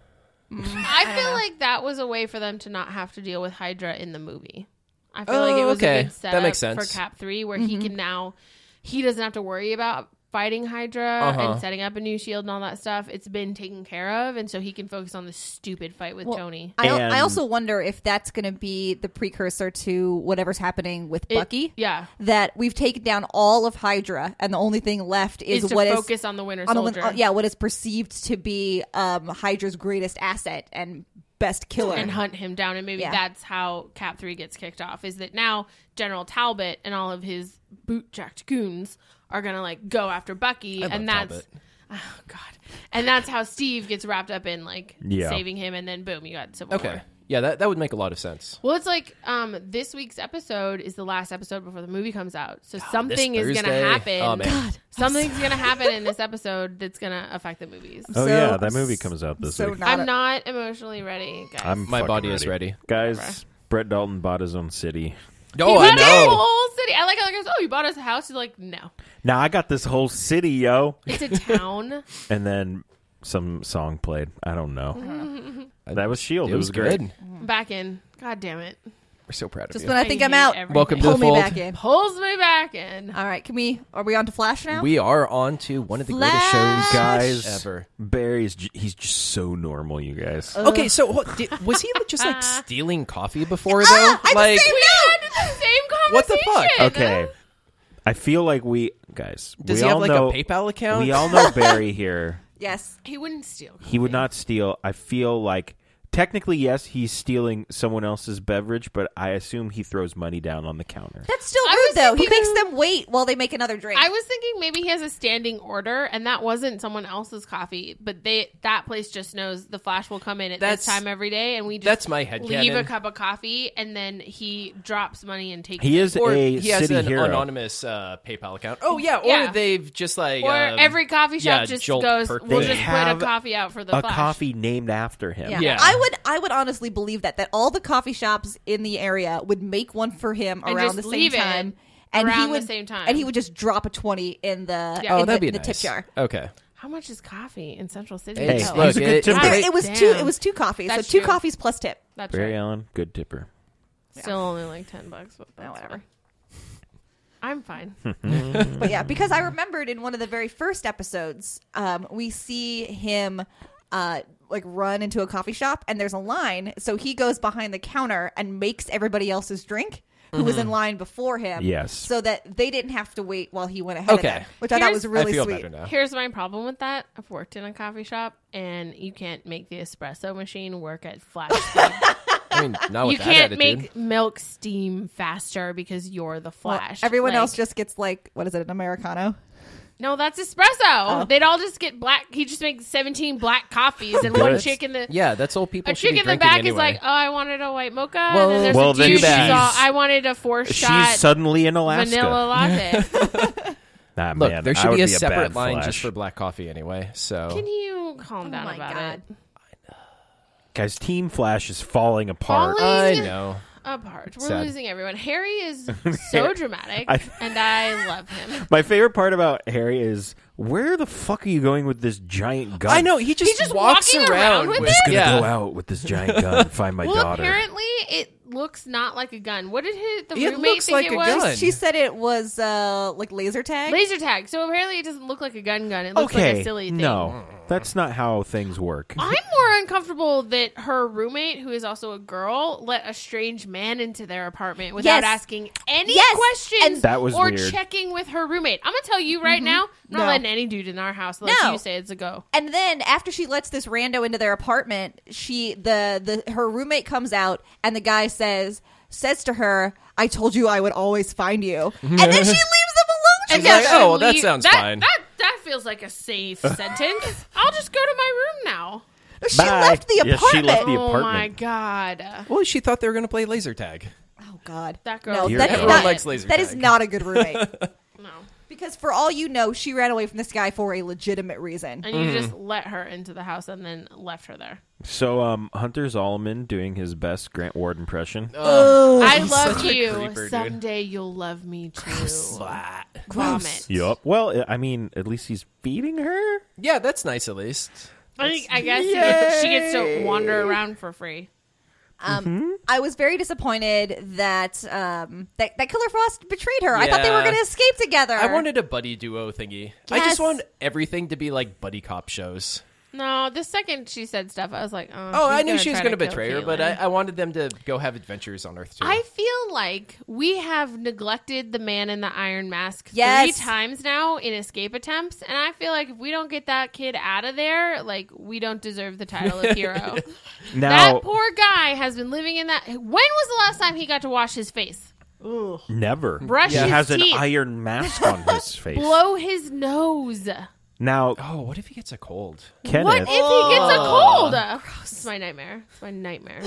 I, feel like that was a way for them to not have to deal with Hydra in the movie. I feel Oh, like it was okay. a good That setup makes sense. for Cap Three, where he can now he doesn't have to worry about fighting Hydra Uh-huh. and setting up a new shield and all that stuff. It's been taken care of, and so he can focus on the stupid fight with Well, Tony. I, And- I also wonder if that's going to be the precursor to whatever's happening with It- Bucky. yeah, That we've taken down all of Hydra, and the only thing left is, is to what is focus on the Winter on the- Soldier. yeah, what is perceived to be um, Hydra's greatest asset and best killer. and hunt him down. And maybe Yeah. that's how Cap 3 gets kicked off is that now General Talbot and all of his bootjacked goons are going to like go after Bucky. love and that's. Talbot. Oh, God. And that's how Steve gets wrapped up in like Yeah. saving him. And then boom, you got Civil Okay. War. Yeah, that, that would make a lot of sense. Well, it's like um, this week's episode is the last episode before the movie comes out. So something is going to Thursday. happen. Oh, man. God, Something's going to happen in this episode that's going to affect the movies. Oh So- yeah, that movie comes out this so week. not I'm a- not emotionally ready, guys. I'm My fucking body is ready. guys. Whatever. Brett Dalton bought his own city. Oh, he I bought us a know. whole city. I like how he goes, "Oh, you bought us a house." He's like, "No, Now I got this whole city, yo. it's a town." And then some song played. I don't know. that was Shield. It was great. good. I'm back in. God damn it! We're so proud of Just you. when I think I am hate out, everything. Welcome to pull the me fold. back in. Pulls me back Uh, in. All right, can we? Are we on to Flash now? We are on to one of the greatest Flash. shows Guys. ever. Barry's j- he's just so normal, you guys. Okay, so what, did, was he like, just like stealing coffee before though? Ah, I like just We say had the same conversation. What the fuck? okay. I feel like we guys. Does we he have, all like, a know, PayPal account? We all know Barry here. Yes. He wouldn't steal. He would not steal. I feel like technically yes, he's stealing someone else's beverage, but I assume he throws money down on the counter. That's still I rude, was though. He thinking- makes them wait while they make another drink. I was thinking maybe he has a standing order, and that wasn't someone else's coffee, but they that place just knows the Flash will come in at That's- this time every day, and we just that's my headcanon. leave a cup of coffee, and then he drops money and takes. He it. is or a he has city an hero. anonymous uh, PayPal account. Oh yeah, or Yeah. they've just like Or um, every coffee shop yeah, just Jolt goes, Perkins. we'll They just put a have coffee out for the a Flash. coffee named after him. Yeah. Yeah. I would I would honestly believe that that all the coffee shops in the area would make one for him And around just the same leave it time. And he around the would, same time. And he would just drop a twenty in the Yeah. in Oh, the, that'd be the nice. tip jar. Okay. How much is coffee in Central City? Hey, Oh, look, a good it- timber. it- There, Right. it was Damn. two it was two coffees. That's so two true. coffees plus tip. That's Barry right. Allen, good tipper. Still only like ten bucks, but that's whatever. whatever. I'm fine. Hmm. But yeah, because I remembered in one of the very first episodes, um, we see him uh, like run into a coffee shop, and there's a line. So he goes behind the counter and makes everybody else's drink who was Mm-hmm. in line before him. Yes. so that they didn't have to wait while he went ahead. Okay. of them, which I thought Here's- was really I feel sweet. better now. Here's my problem with that. I've worked in a coffee shop, and you can't make the espresso machine work at flash speed. I mean, not with you Oh, that can't attitude. make milk steam faster because you're the Well, flash. everyone Like, else just gets like what is it, an americano? no, that's espresso. Oh. They'd all just get black. He just makes 17 black coffees, and one Good. chick in the Yeah, that's all people a should chick be in the drinking back anyway. is like, "Oh, I wanted a white mocha." Well, and then there's Well, a then dude who's she's- all, "I wanted a four She's shot suddenly in Alaska. vanilla latte." Ah, Look, man, there I should would be a bad separate line just Flash. for black coffee anyway. So Can you? calm down my about God. it. Guys, Team Flash is falling apart. Falling- I Please. know. Apart, we're Sad. losing everyone. Harry is so dramatic, I- and I love him. My favorite part about Harry is where the fuck are you going with this giant gun? I know. He just, He's just walks walking around with I'm just gonna yeah. go out with this giant gun and find my Well, daughter. apparently it looks not like a gun. What did his, the It roommate looks think like it a was? gun. She said it was uh, like laser tag. Laser tag. So apparently it doesn't look like a gun gun. It looks okay, like a silly thing. no, that's not how things work. I'm more uncomfortable that her roommate, who is also a girl, let a strange man into their apartment without Yes. asking any Yes. questions And- That was or weird. checking with her roommate. I'm gonna tell you right now, I'm not Mm-hmm. No. letting any dude in our house unless No. you say it's a go. And then after she lets this rando into their apartment, she the the her roommate comes out and the guy says says to her, "I told you I would always find you." and then she leaves them alone She's together. like, "Oh, well, that Leave- sounds that, fine." That that feels like a safe sentence. I'll just go to my room now. she Bye. left the Yeah, she apartment. left The Oh my apartment. god. Well, she thought they were going to play laser tag. oh God, That girl- No, Dear that is God. Everyone not, likes laser that tag. is not a good roommate. No. because for all you know, she ran away from this guy for a legitimate reason. And you just let her into the house and then left her there. So, um, Hunter Zolomon doing his best Grant Ward impression. I love such a you. creeper, dude. Someday you'll love me too. Vomit. Yup. Well, I- I mean, at least he's feeding her. Yeah, that's nice at least. I, think- I guess she gets, she gets to wander around for free. Um, I was very disappointed that um that, that Killer Frost betrayed her. I thought they were Yeah. going to escape together. I wanted a buddy duo thingy. I just Yes. want everything to be like buddy cop shows. No, the second she said stuff, I was like, oh, Oh, I she's knew she was try going to kill betray her, but I, Caitlyn. I wanted them to go have adventures on Earth too. I feel like we have neglected the man in the iron mask three Yes. times now in escape attempts, and I feel like if we don't get that kid out of there, like we don't deserve the title of hero. Now, that poor guy has been living in that. When was the last time he got to wash his face? never. Brush he his has teeth. an iron mask on his face. Blow his nose. Now, oh, what if he gets a cold? Kenneth. What if he gets a cold? Oh. It's my nightmare. It's my nightmare.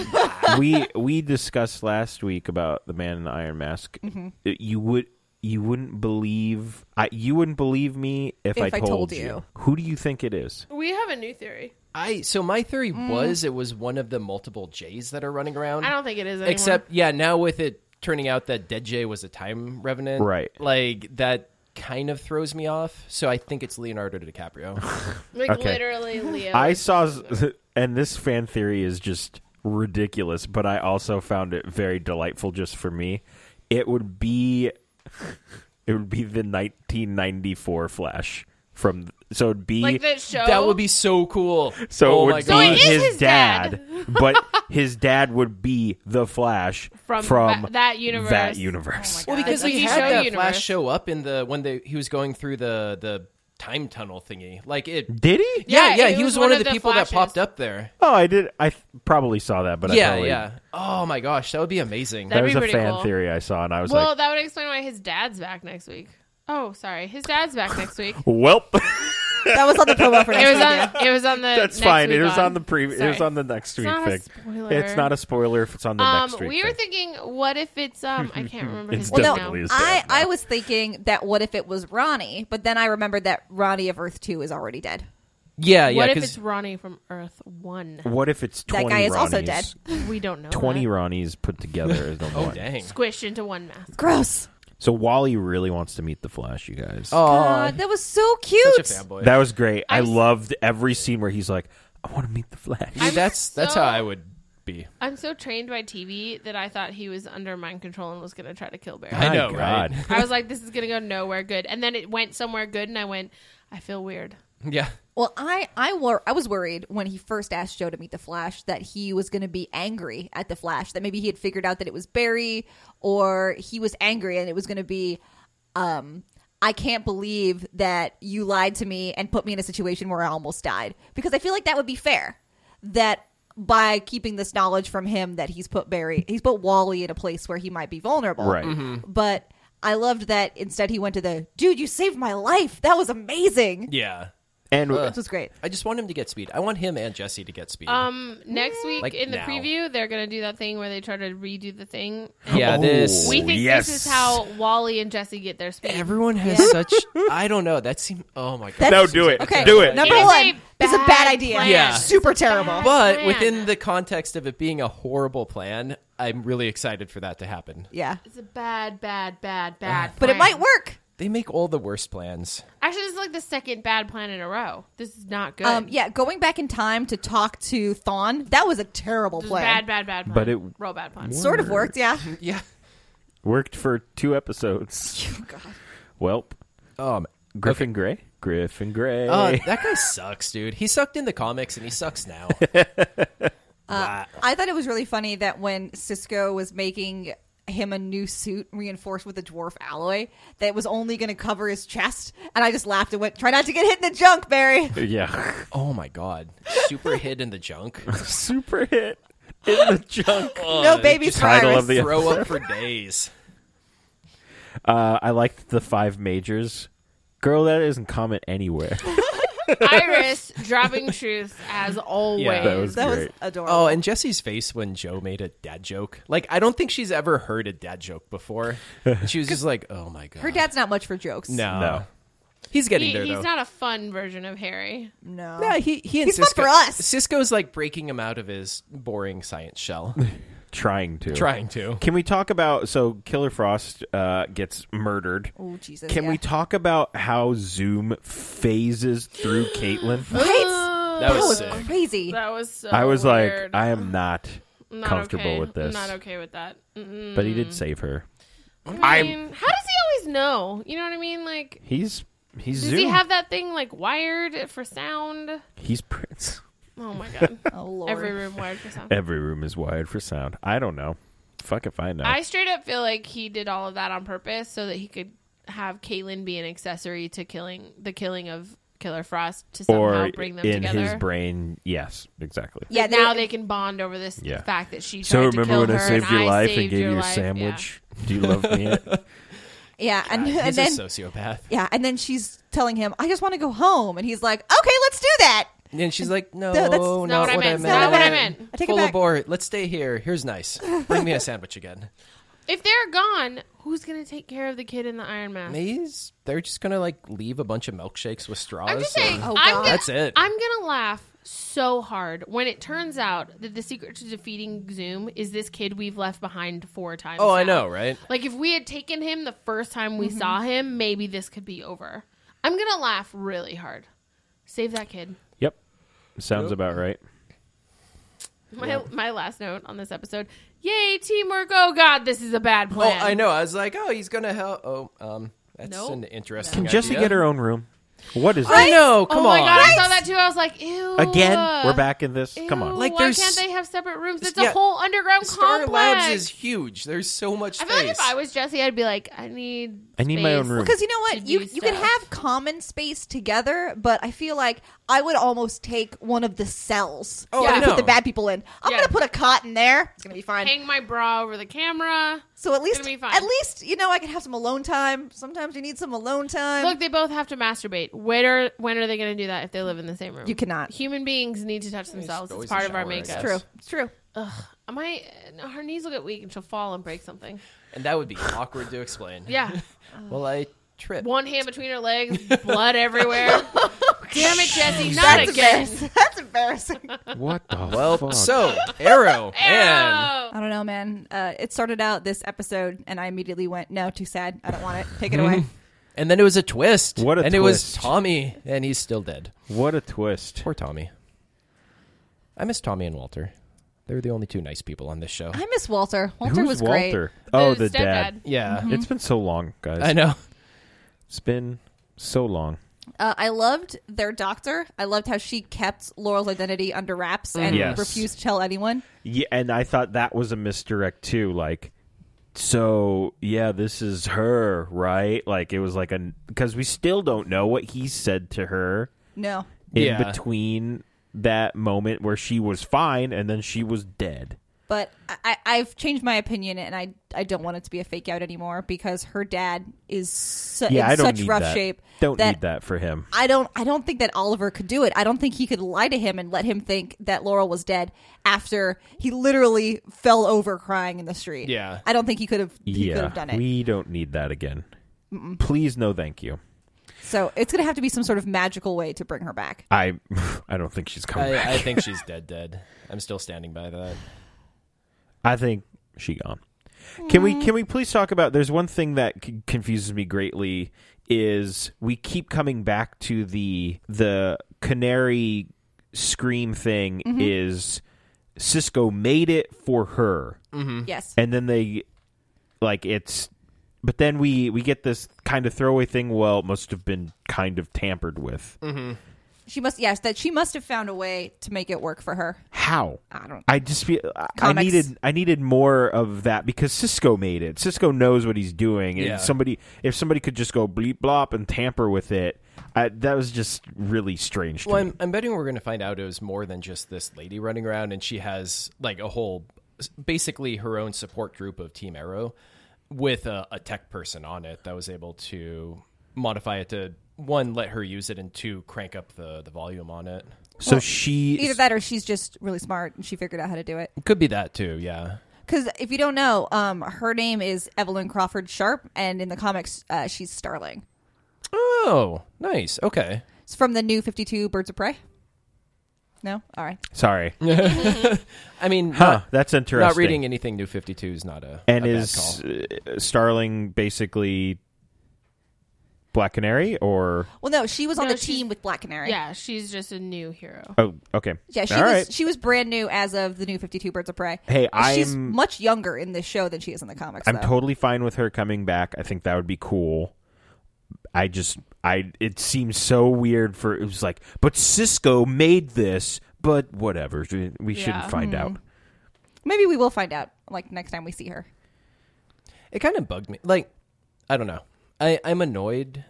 we we discussed last week about the man in the iron mask. It- You would you wouldn't believe I you wouldn't believe me if, I, told you. you. Who do you think it is? we have a new theory. I so my theory was it was one of the multiple Jays that are running around. Mm. I don't think it is anymore. Except yeah, now with it turning out that Dead Jay was a time revenant, Right. Like that kind of throws me off. So I think it's Leonardo DiCaprio. like okay. literally Leo. I saw s- and this fan theory is just ridiculous, but I also found it very delightful just for me. It would be it would be the 1994 Flash from so it'd be like that show. That would be so cool. So oh it my would So be god. it is his, his dad, but his dad would be the Flash From from, tha- that universe. that universe. well, because It's we a had show that universe. Flash show up in the when they, he was going through the the time tunnel thingy. Like it. Did he? Yeah, Oh Yeah, yeah, it he was, one, of the, people Flashes. that popped up there. Oh, I did. I th- probably saw that, but I yeah, totally, yeah. Oh my gosh, that would be amazing. That'd That be was a pretty fan cool. theory I saw, and I was Well, like, that would explain why his dad's back next week. Oh, sorry, his dad's back next week. uh, "Welp, That was on the promo for next It was week, yeah. on. It was on the. that's next fine." week It was on the pre. It was Sorry. on the next It's week not a thing. spoiler. It's not a spoiler if it's on the Um, next week. we were thing. thinking, what if it's um? I can't remember It's his name now. definitely his I, dad now. I was thinking that what if it was Ronnie, but then I remembered that Ronnie of Earth 2 is already dead. yeah, yeah. What if 'cause- it's Ronnie from Earth One? what if it's That twenty? guy is Ronnies, also dead. We don't know. Twenty that. Ronnies put together is no oh one. dang. squished into one mask. Gross. So Wally really wants to meet the Flash, you guys. Oh, God, that was so such a cute. fanboy. That was great. I, I s- loved every scene where he's like, "I want to meet the Flash." Dude, I'm that's that's so- how I would be. I'm so trained by TV that I thought he was under mind control and was going to try to kill Barry. I My know, God. right? I was like, this is going to go nowhere good. And then it went somewhere good, and I went, I feel weird. Yeah. Well, I I, wor- I was worried when he first asked Joe to meet the Flash that he was going to be angry at the Flash, that maybe he had figured out that it was Barry or he was angry and it was going to be um I can't believe that you lied to me and put me in a situation where I almost died because I feel like that would be fair that by keeping this knowledge from him that he's put Barry he's put Wally in a place where he might be vulnerable. Right. But I loved that instead he went to the dude, you saved my life. That was amazing. Yeah. And This was great. I just want him to get speed. I want him and Jesse to get speed. Um, next week Like in the now. preview, they're gonna do that thing where they try to redo the thing. yeah, Oh. this. We think yes. this is how Wally and Jesse get their speed. Everyone has such. I don't know. That seemed. Oh my god. That's- no, do it. Okay, Do it. It Number is a one, this is a bad idea. plan. Yeah. Super terrible. Bad. but plan. within the context of it being a horrible plan, I'm really excited for that to happen. Yeah. It's a bad, bad, bad, bad. But it plan. might work. They make all the worst plans. Actually, this is like the second bad plan in a row. This is not good. Um, yeah, going back in time to talk to Thon, that was a terrible This is plan. bad, bad, bad plan. But it- real bad plan. Sort of worked, yeah. Yeah. Worked for two episodes. Oh, Welp. Um. Griffin Gray. Griffin Gray. uh, that guy sucks, dude. He sucked in the comics and he sucks now. Wow. I thought it was really funny that when Cisco was making him a new suit reinforced with a dwarf alloy that was only going to cover his chest, and I just laughed and went, "Try not to get hit in the junk, Barry." yeah. Oh my god. Super hid in the junk. Super hit in the junk. no baby's title virus. of the- Throw up for days. Uh, I liked the five majors. Girl, that isn't common anywhere. Iris dropping truth as always. Yeah, that was- that was Great. adorable. Oh, and Jesse's face when Joe made a dad joke. Like, I don't think she's ever heard a dad joke before. She was just like, oh my God. Her dad's not much for jokes. No. No. He's getting He- there, he's though. not a fun version of Harry. no. yeah, he, he and He's fun Cisco. for us. Cisco's like breaking him out of his boring science shell, Trying to. trying to. Can we talk about so Killer Frost uh, gets murdered? Oh Jesus! Can yeah. we talk about how Zoom phases through Caitlyn? Right? That That was was sick. Oh, crazy. That was so I was weird. like, I am not, Not comfortable okay. with this, Not okay with that. Mm-mm. but he did save her. I mean, how does he always know? You know what I mean? Like, He's he's does Zoom. he have that thing like wired for sound? he's Prince. Oh my god, oh Lord. every room wired for sound. Every room is wired for sound. I don't know. Fuck if I know. I straight up feel like he did all of that on purpose so that he could have Caitlyn be an accessory to killing the killing of Killer Frost to somehow or bring them in together. his brain, yes, exactly. yeah. But now they can bond over this Yeah. fact that she. Tried So to kill remember when I her saved your I life saved and gave your you a life? sandwich? Do you love me? Yeah, and, He's and a then sociopath. yeah, and then she's telling him, "I just want to go home," and he's like, "Okay, let's do that." And she's like, no, No, that's not, not what I what meant. Not what I meant. I take it Full back. abort. Let's stay here. Here's nice. Bring me a sandwich again. Yeah. If they're gone, who's gonna take care of the kid in the Iron Mask? These, they're just going to like leave a bunch of milkshakes with straws. I'm just saying. and- Oh, I'm God. gonna, That's it. I'm gonna laugh so hard when it turns out that the secret to defeating Zoom is this kid we've left behind four times. oh, I now. know, right? Like if we had taken him the first time Mm-hmm. we saw him, maybe this could be over. I'm gonna laugh really hard. Save that kid. yep, sounds Nope. about right. My my last note on this episode. Yay, teamwork! Oh God, this is a bad Oh, plan. I know. I was like, oh, he's gonna help. Oh, um, that's Nope. an interesting. Can idea. Jesse get her own room? What is I that? know. oh Come my on. God, I saw that too. I was like, ew. Again, we're back in this. Come Ew, on. Like, why there's- can't they have separate rooms? It's Yeah. a whole underground Star complex. Labs is huge. There's so much I space. feel like if I was Jesse, I'd be like, I need. I need my space. own room. Because you know To what, do you you can stuff. have common space together, but I feel like I would almost take one of the cells Oh, that I I put know. the bad people in. I'm Yeah. gonna put a cot in there. It's gonna be fine. Hang my bra over the camera. so at least gonna be fine. at least you know I can have some alone time. Sometimes you need some alone time. Look, they both have to masturbate. When are when are they going to do that if they live in the same room? You cannot. Human beings need to touch themselves. It's always part a of our shower, I makeup. guess. it's true. It's true. Am I? No, her knees will get weak and she'll fall and break something. and that would be awkward to explain. Yeah, Well, I tripped. one hand between her legs, blood everywhere. Damn it, Jesse! Not That's again. embarrassing. That's embarrassing. what the well, fuck? so Arrow, and Arrow. I don't know, man. Uh, it started out this episode, and I immediately went, "No, too sad. I don't want it. Hmm. Take it away." and then it was a twist. What a and it was twist. Tommy, and he's still dead. what a twist. Poor Tommy. I miss Tommy and Walter. They were the only two nice people on this show. I miss Walter. Walter Who's was great. Walter? Oh, the, stepdad. Mm-hmm. dad. yeah, It's been so long, guys. I know. It's been so long. Uh, I loved their doctor. I loved how she kept Laurel's identity under wraps and Mm. Yes. refused to tell anyone. Yeah, and I thought that was a misdirect too. Like, so yeah, this is her, right? Like, it was like a because we still don't know what he said to her No. in Yeah. between that moment where she was fine and then she was dead. But I- I, I've changed my opinion, and I I don't want it to be a fake out anymore because her dad is su- Yeah, in I don't such need rough that. shape. Don't that need that for him. I don't I don't think that Oliver could do it. I don't think he could lie to him and let him think that Laurel was dead after he literally fell over crying in the street. Yeah. I don't think he could have he could yeah, have done it. we don't need that again. Please, no, thank you. so it's gonna have to be some sort of magical way to bring her back. I, I don't think she's coming back. I, I think she's dead, dead. I'm still standing by that. I think she gone. Can we can we please talk about? There's one thing that c- confuses me greatly is we keep coming back to the the canary scream thing is Cisco made it for her, Yes. and then they like it's. But then we we get this kind of throwaway thing. Well, it must have been kind of tampered with. She must yes, that she must have found a way to make it work for her. How? I don't I just feel I- I Comics. needed I needed more of that because Cisco made it. Cisco knows what he's doing, and Yeah. somebody if somebody could just go bleep blop and tamper with it, I, that was just really strange. To Well, me. I'm, I'm betting we're going to find out it was more than just this lady running around, and she has like a whole, basically her own support group of Team Arrow, with a, a tech person on it that was able to modify it to one, let her use it, and two, crank up the the volume on it. So she either that or she's just really smart and she figured out how to do it. Could be that too. Yeah. Because if you don't know, um, her name is Evelyn Crawford Sharp, and in the comics, uh, she's Starling. Oh, nice. Okay. It's from the new Fifty Two Birds of Prey. No, all right. sorry, I mean, huh? not, That's interesting. not reading anything new. Fifty two is not a and a bad is call. uh, Starling basically Black Canary or Well, no, she was on No, the she's- team with Black Canary. Yeah, she's just a new hero. oh okay Yeah, she All was right. she was brand new as of the new Fifty Two Birds of Prey. Hey, she's I'm- much younger in this show than she is in the comics. I'm though. totally fine with her coming back. I think that would be cool. I just I it seems so weird for it was like, but Cisco made this, but whatever. We we Yeah. Hmm. shouldn't find out. Maybe we will find out like next time we see her. it kind of bugged me. Like, I don't know. I, I'm annoyed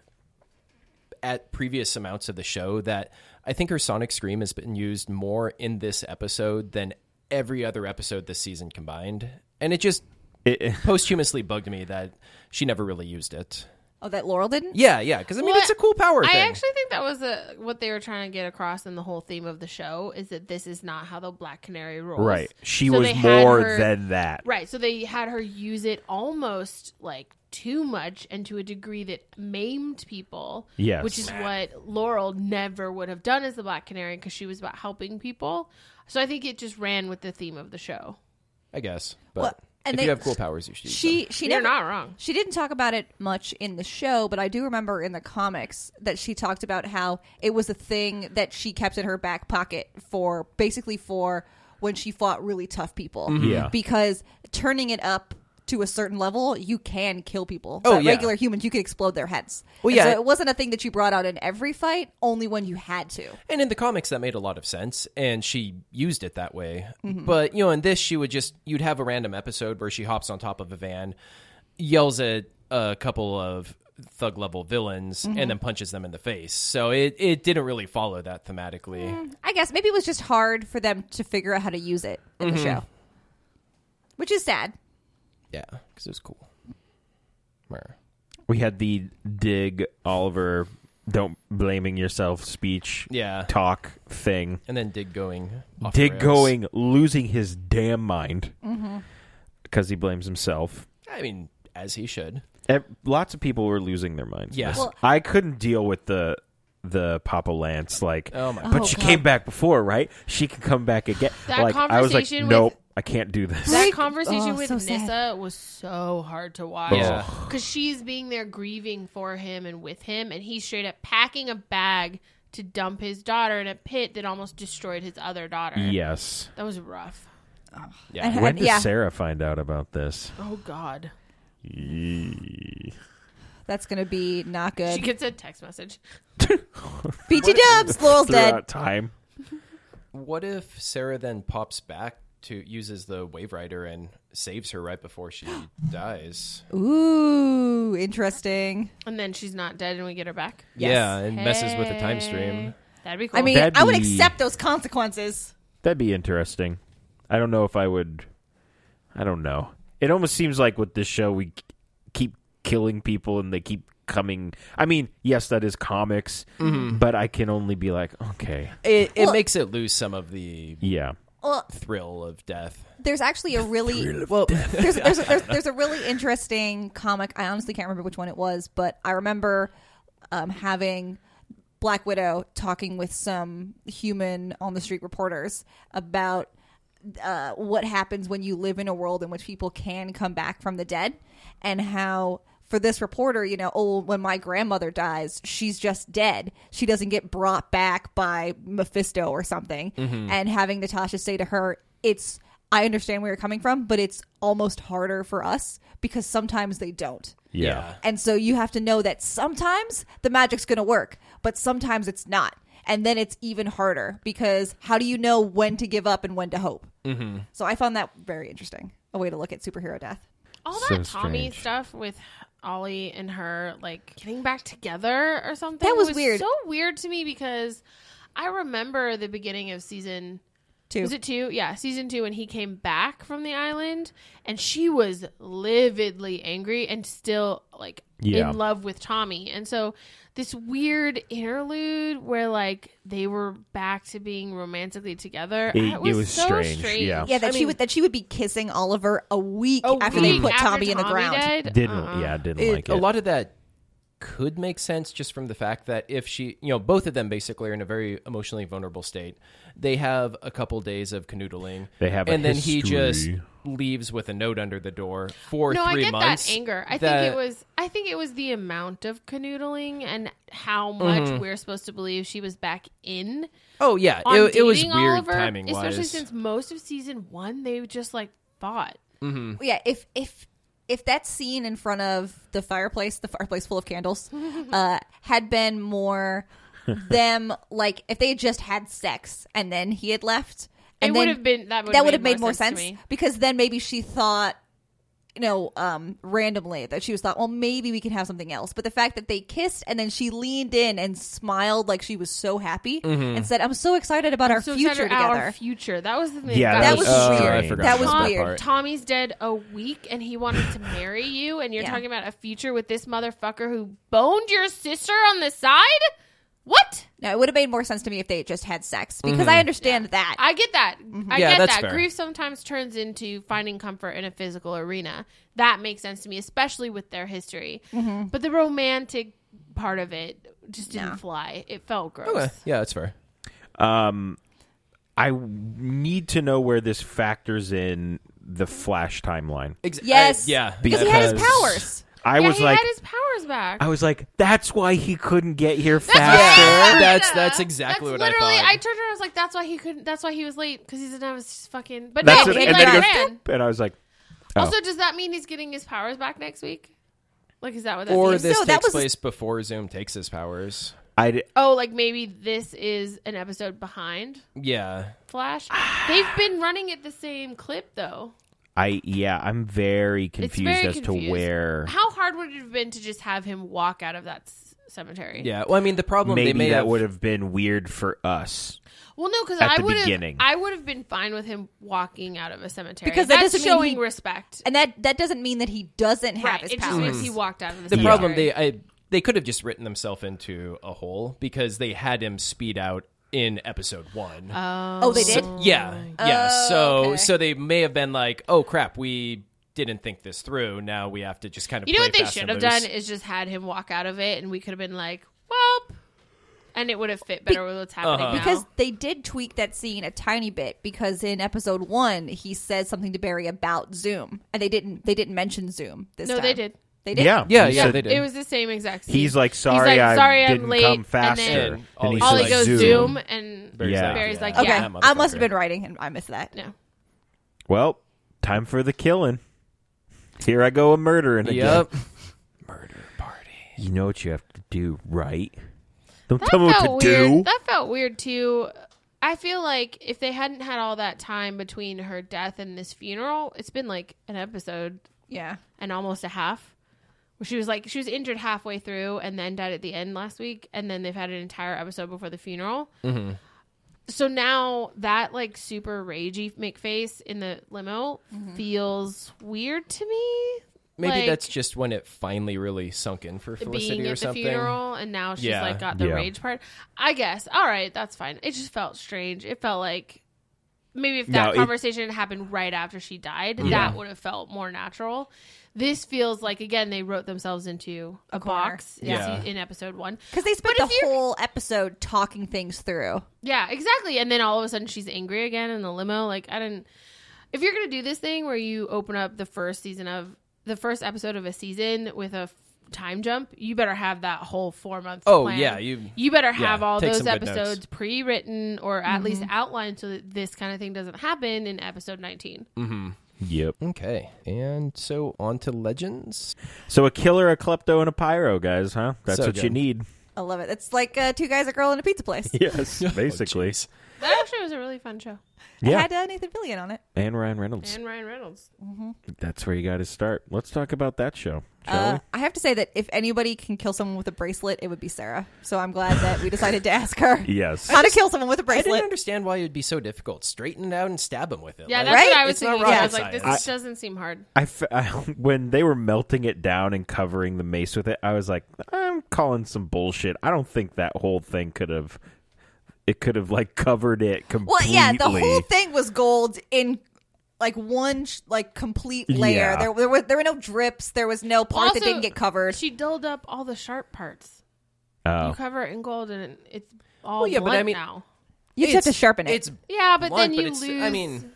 at previous amounts of the show that I think her sonic scream has been used more in this episode than every other episode this season combined. And it just It, posthumously bugged me that she never really used it. Oh, that Laurel didn't. Yeah, yeah. Because, I mean, Well, it's a cool power I thing. actually think that was a, what they were trying to get across in the whole theme of the show is that this is not how the Black Canary rolls. right. She So was they had more her- than that. Right. So they had her use it almost like too much and to a degree that maimed people. Yes. Which is what Laurel never would have done as the Black Canary because she was about helping people. So I think it just ran with the theme of the show. I guess. But Well, and if they- you have cool powers, you should use them. She she You're never not wrong. She didn't talk about it much in the show, but I do remember in the comics that she talked about how it was a thing that she kept in her back pocket for basically for when she fought really tough people. Mm-hmm. Yeah. Because turning it up to a certain level, you can kill people. Oh, But yeah. Regular humans, you can explode their heads. Well, And yeah. So it wasn't a thing that you brought out in every fight, only when you had to. And in the comics, that made a lot of sense, and she used it that way. But you know, in this, she would just you'd have a random episode where she hops on top of a van, yells at a couple of thug level villains, and then punches them in the face. So it it didn't really follow that thematically. I guess maybe it was just hard for them to figure out how to use it in Mm-hmm. the show, which is sad. Yeah, because it was cool. Mer. We had the dig Oliver don't blaming yourself speech Yeah, talk thing. and then Dig going. Off the Dig rails. going losing his damn mind Mm-hmm. because he blames himself. I mean, as he should. Ev- lots of people were losing their minds. Yeah. Yes, Well- I couldn't deal with the the Papa Lance like. Oh my But Oh, she God. came back before, right? She can come back again. That like I was like, conversation with- nope, I can't do this. That Like- conversation oh, with so sad. Nissa was so hard to watch. Yeah. Because she's being there grieving for him and with him, and he's straight up packing a bag to dump his daughter in a pit that almost destroyed his other daughter. Yes. That was rough. Yeah. And- When and- did yeah. Sarah find out about this? Oh, God. That's gonna be not She good. gets a text message. BT Dubs, Laurel's dead. Throughout time. What if Sarah then pops back to uses the Wave Rider and saves her right before she dies? Ooh, interesting. And then she's not dead, and we get her back. Yeah, and messes with the time stream. That'd be cool. I mean, That'd I would be- accept those consequences. That'd be interesting. I don't know if I would I don't know. It almost seems like with this show, we k- keep killing people and they keep coming. I mean, yes, that is comics, but I can only be like, okay, It, it Well- makes it lose some of the yeah. Well, thrill of death. there's actually a really Well, there's, there's, there's, there's a really interesting comic. I honestly can't remember which one it was, but I remember um, having Black Widow talking with some human on the street reporters about uh, what happens when you live in a world in which people can come back from the dead and how. For this reporter, you know, oh, when my grandmother dies, she's just dead. She doesn't get brought back by Mephisto or something. And having Natasha say to her, it's I understand where you're coming from, but it's almost harder for us because sometimes they don't. Yeah. And so you have to know that sometimes the magic's going to work, but sometimes it's not. And then it's even harder because how do you know when to give up and when to hope? Mm-hmm. So I found that very interesting a way to look at superhero death. All So that Tommy strange. stuff with Ollie and her like getting back together or something That was weird. So weird to me because I remember the beginning of season Too. was it two? Yeah, season two when he came back from the island and she was lividly angry and still like Yeah. in love with Tommy. And so this weird interlude where like they were back to being romantically together. It- was, it was so strange, strange. yeah. yeah, that I she mean, would that she would be kissing Oliver a week a after they week put after Tommy, in the ground. died? Didn't Uh-uh. yeah, didn't it- like it. a lot of that could make sense just from the fact that if she you know both of them basically are in a very emotionally vulnerable state they have a couple days of canoodling They have a and then he just history. leaves with a note under the door for no, three I get months that anger. I that- think it was I think it was the amount of canoodling and how much Mm-hmm. we're supposed to believe she was back in. oh yeah On it, it was dating weird Oliver, timing especially wise since most of season one they just like fought. yeah if if if that scene in front of the fireplace the fireplace full of candles uh had been more them like if they had just had sex and then he had left and It then would have been that would that would have have made more to sense, me. because then maybe she thought you know um randomly that she was thought well maybe we can have something else but the fact that they kissed and then she leaned in and smiled like she was so happy Mm-hmm. and said i'm so excited about our So future excited about together Our future. That was the thing. Yeah, that was Oh, weird I forgot that was about that weird part. Tommy's dead a week and he wanted to marry you, and you're Yeah. talking about a future with this motherfucker who boned your sister on the side? What? no it would have made more sense to me if they had just had sex because Mm-hmm. i understand that I get that. I Yeah, get that's that. fair. Grief sometimes turns into finding comfort in a physical arena. That makes sense to me, especially with their history. Mm-hmm. But the romantic part of it just didn't fly. It felt gross. Okay, yeah that's fair Um, I w- need to know where this factors in the Flash timeline. Ex- Yes. I- yeah because he had his Because- powers. I yeah, was he like, had his powers back. I was like, that's why he couldn't get here what I faster. thought. that's that's exactly That's what literally, i I, thought turned around. I was like, "That's why he couldn't. That's why he was late because he didn't have his fucking." But That's no, it. he And like then it goes, ran. and I was like, oh. Also, does that mean he's getting his powers back next week? Like, is that what that or means? this so, that takes was- place before zoom takes his powers I d- oh, like maybe this is an episode behind yeah Flash. They've been running at the same clip though. I yeah, I'm very confused very as to confused. where. How hard would it have been to just have him walk out of that s- cemetery? yeah well i mean the problem Maybe they may that have would have been weird for us. Well, no, because At I the would have. beginning. I would have been fine with him walking out of a cemetery Because that That's doesn't mean showing he- respect. And that that doesn't mean that he doesn't have Right. his It just powers. means he walked out of the, the cemetery. problem they I, they could have just written themselves into a hole because they had him speed out in episode one. Uh, oh, they did. So- yeah, yeah. Oh, so okay. so they may have been like, oh crap, we didn't think this through. Now we have to just kind of. You know play what they fast should and have loose. done is just had him walk out of it, and we could have been like, "Welp," and it would have fit better with what's happening Uh-huh. now. Because they did tweak that scene a tiny bit because in episode one he says something to Barry about Zoom, and they didn't they didn't mention Zoom this No, time. they did. They did. Yeah, he yeah, said- they did. it was the same exact. Scene. He's like, sorry, He's like, sorry, I I'm didn't late," come and faster. then And Ollie he said, Ollie said, goes "Zoom." zoom, and Barry's Yeah. like, Barry's like, Okay, yeah. I must have been writing and I missed that. no. Well, time for the killing. Here I go, a murdering again. Yep. Murder party. You know what you have to do, right? Don't That tell me felt what to weird. do. That felt weird too. I feel like if they hadn't had all that time between her death and this funeral, it's been like an episode Yeah. and almost a half. Where she was like she was injured halfway through and then died at the end last week, and then they've had an entire episode before the funeral. so now that like super ragey McFace in the limo feels weird to me. Maybe Like, that's just when it finally really sunk in for Felicity being or at the something. funeral and now she's Yeah. like got the Yeah. rage part. I guess. All right, that's fine. It just felt strange. It felt like maybe if No, that it- conversation happened right after she died, that would have felt more natural. This feels like again they wrote themselves into a, corner. box Yeah. in, se- in episode 1. Because they spent But the if you're- whole episode talking things through. Yeah, exactly. And then all of a sudden she's angry again in the limo. Like I didn't. If you're gonna do this thing where you open up the first season of the first episode of a season with a f- time jump, you better have that whole four month. Oh, yeah, you- you better have all take those some good notes. episodes pre written or at least outlined so that this kind of thing doesn't happen in episode 19. Yep. Okay, and so on to legends. So a killer, a klepto, and a pyro, guys, huh? That's So what you good. need. I love it. It's like uh, two guys, a girl, in a pizza place. Yes, Oh, basically. jeez. That actually was a really fun show. It yeah. had uh, Nathan Fillion on it. and Ryan Reynolds. And Ryan Reynolds. That's where you got to start. Let's talk about that show, shall Uh, I have to say that if anybody can kill someone with a bracelet, it would be Sarah. So I'm glad that we decided to ask her we? Yes. how to kill someone with a I didn't bracelet. understand why it'd be so difficult. Straighten it out and stab him with it. Yeah, Like, that's what Right? I was It's not thinking. rocket I was like, this science. doesn't seem hard. I f I when they were melting it down and covering the mace with it, I was like, I'm calling some bullshit. I don't think that whole thing could have. It could have like covered it Well, completely. yeah, the whole thing was gold in like one sh- like complete layer. Yeah. There, there were there were no drips. There was no part that Also, didn't get covered. She dulled up all the sharp parts. Oh. You cover it in gold and it's all Well, yeah, but blunt I mean- now. you just have to sharpen it. It's Yeah, but blunt, then you it's, lose. I mean,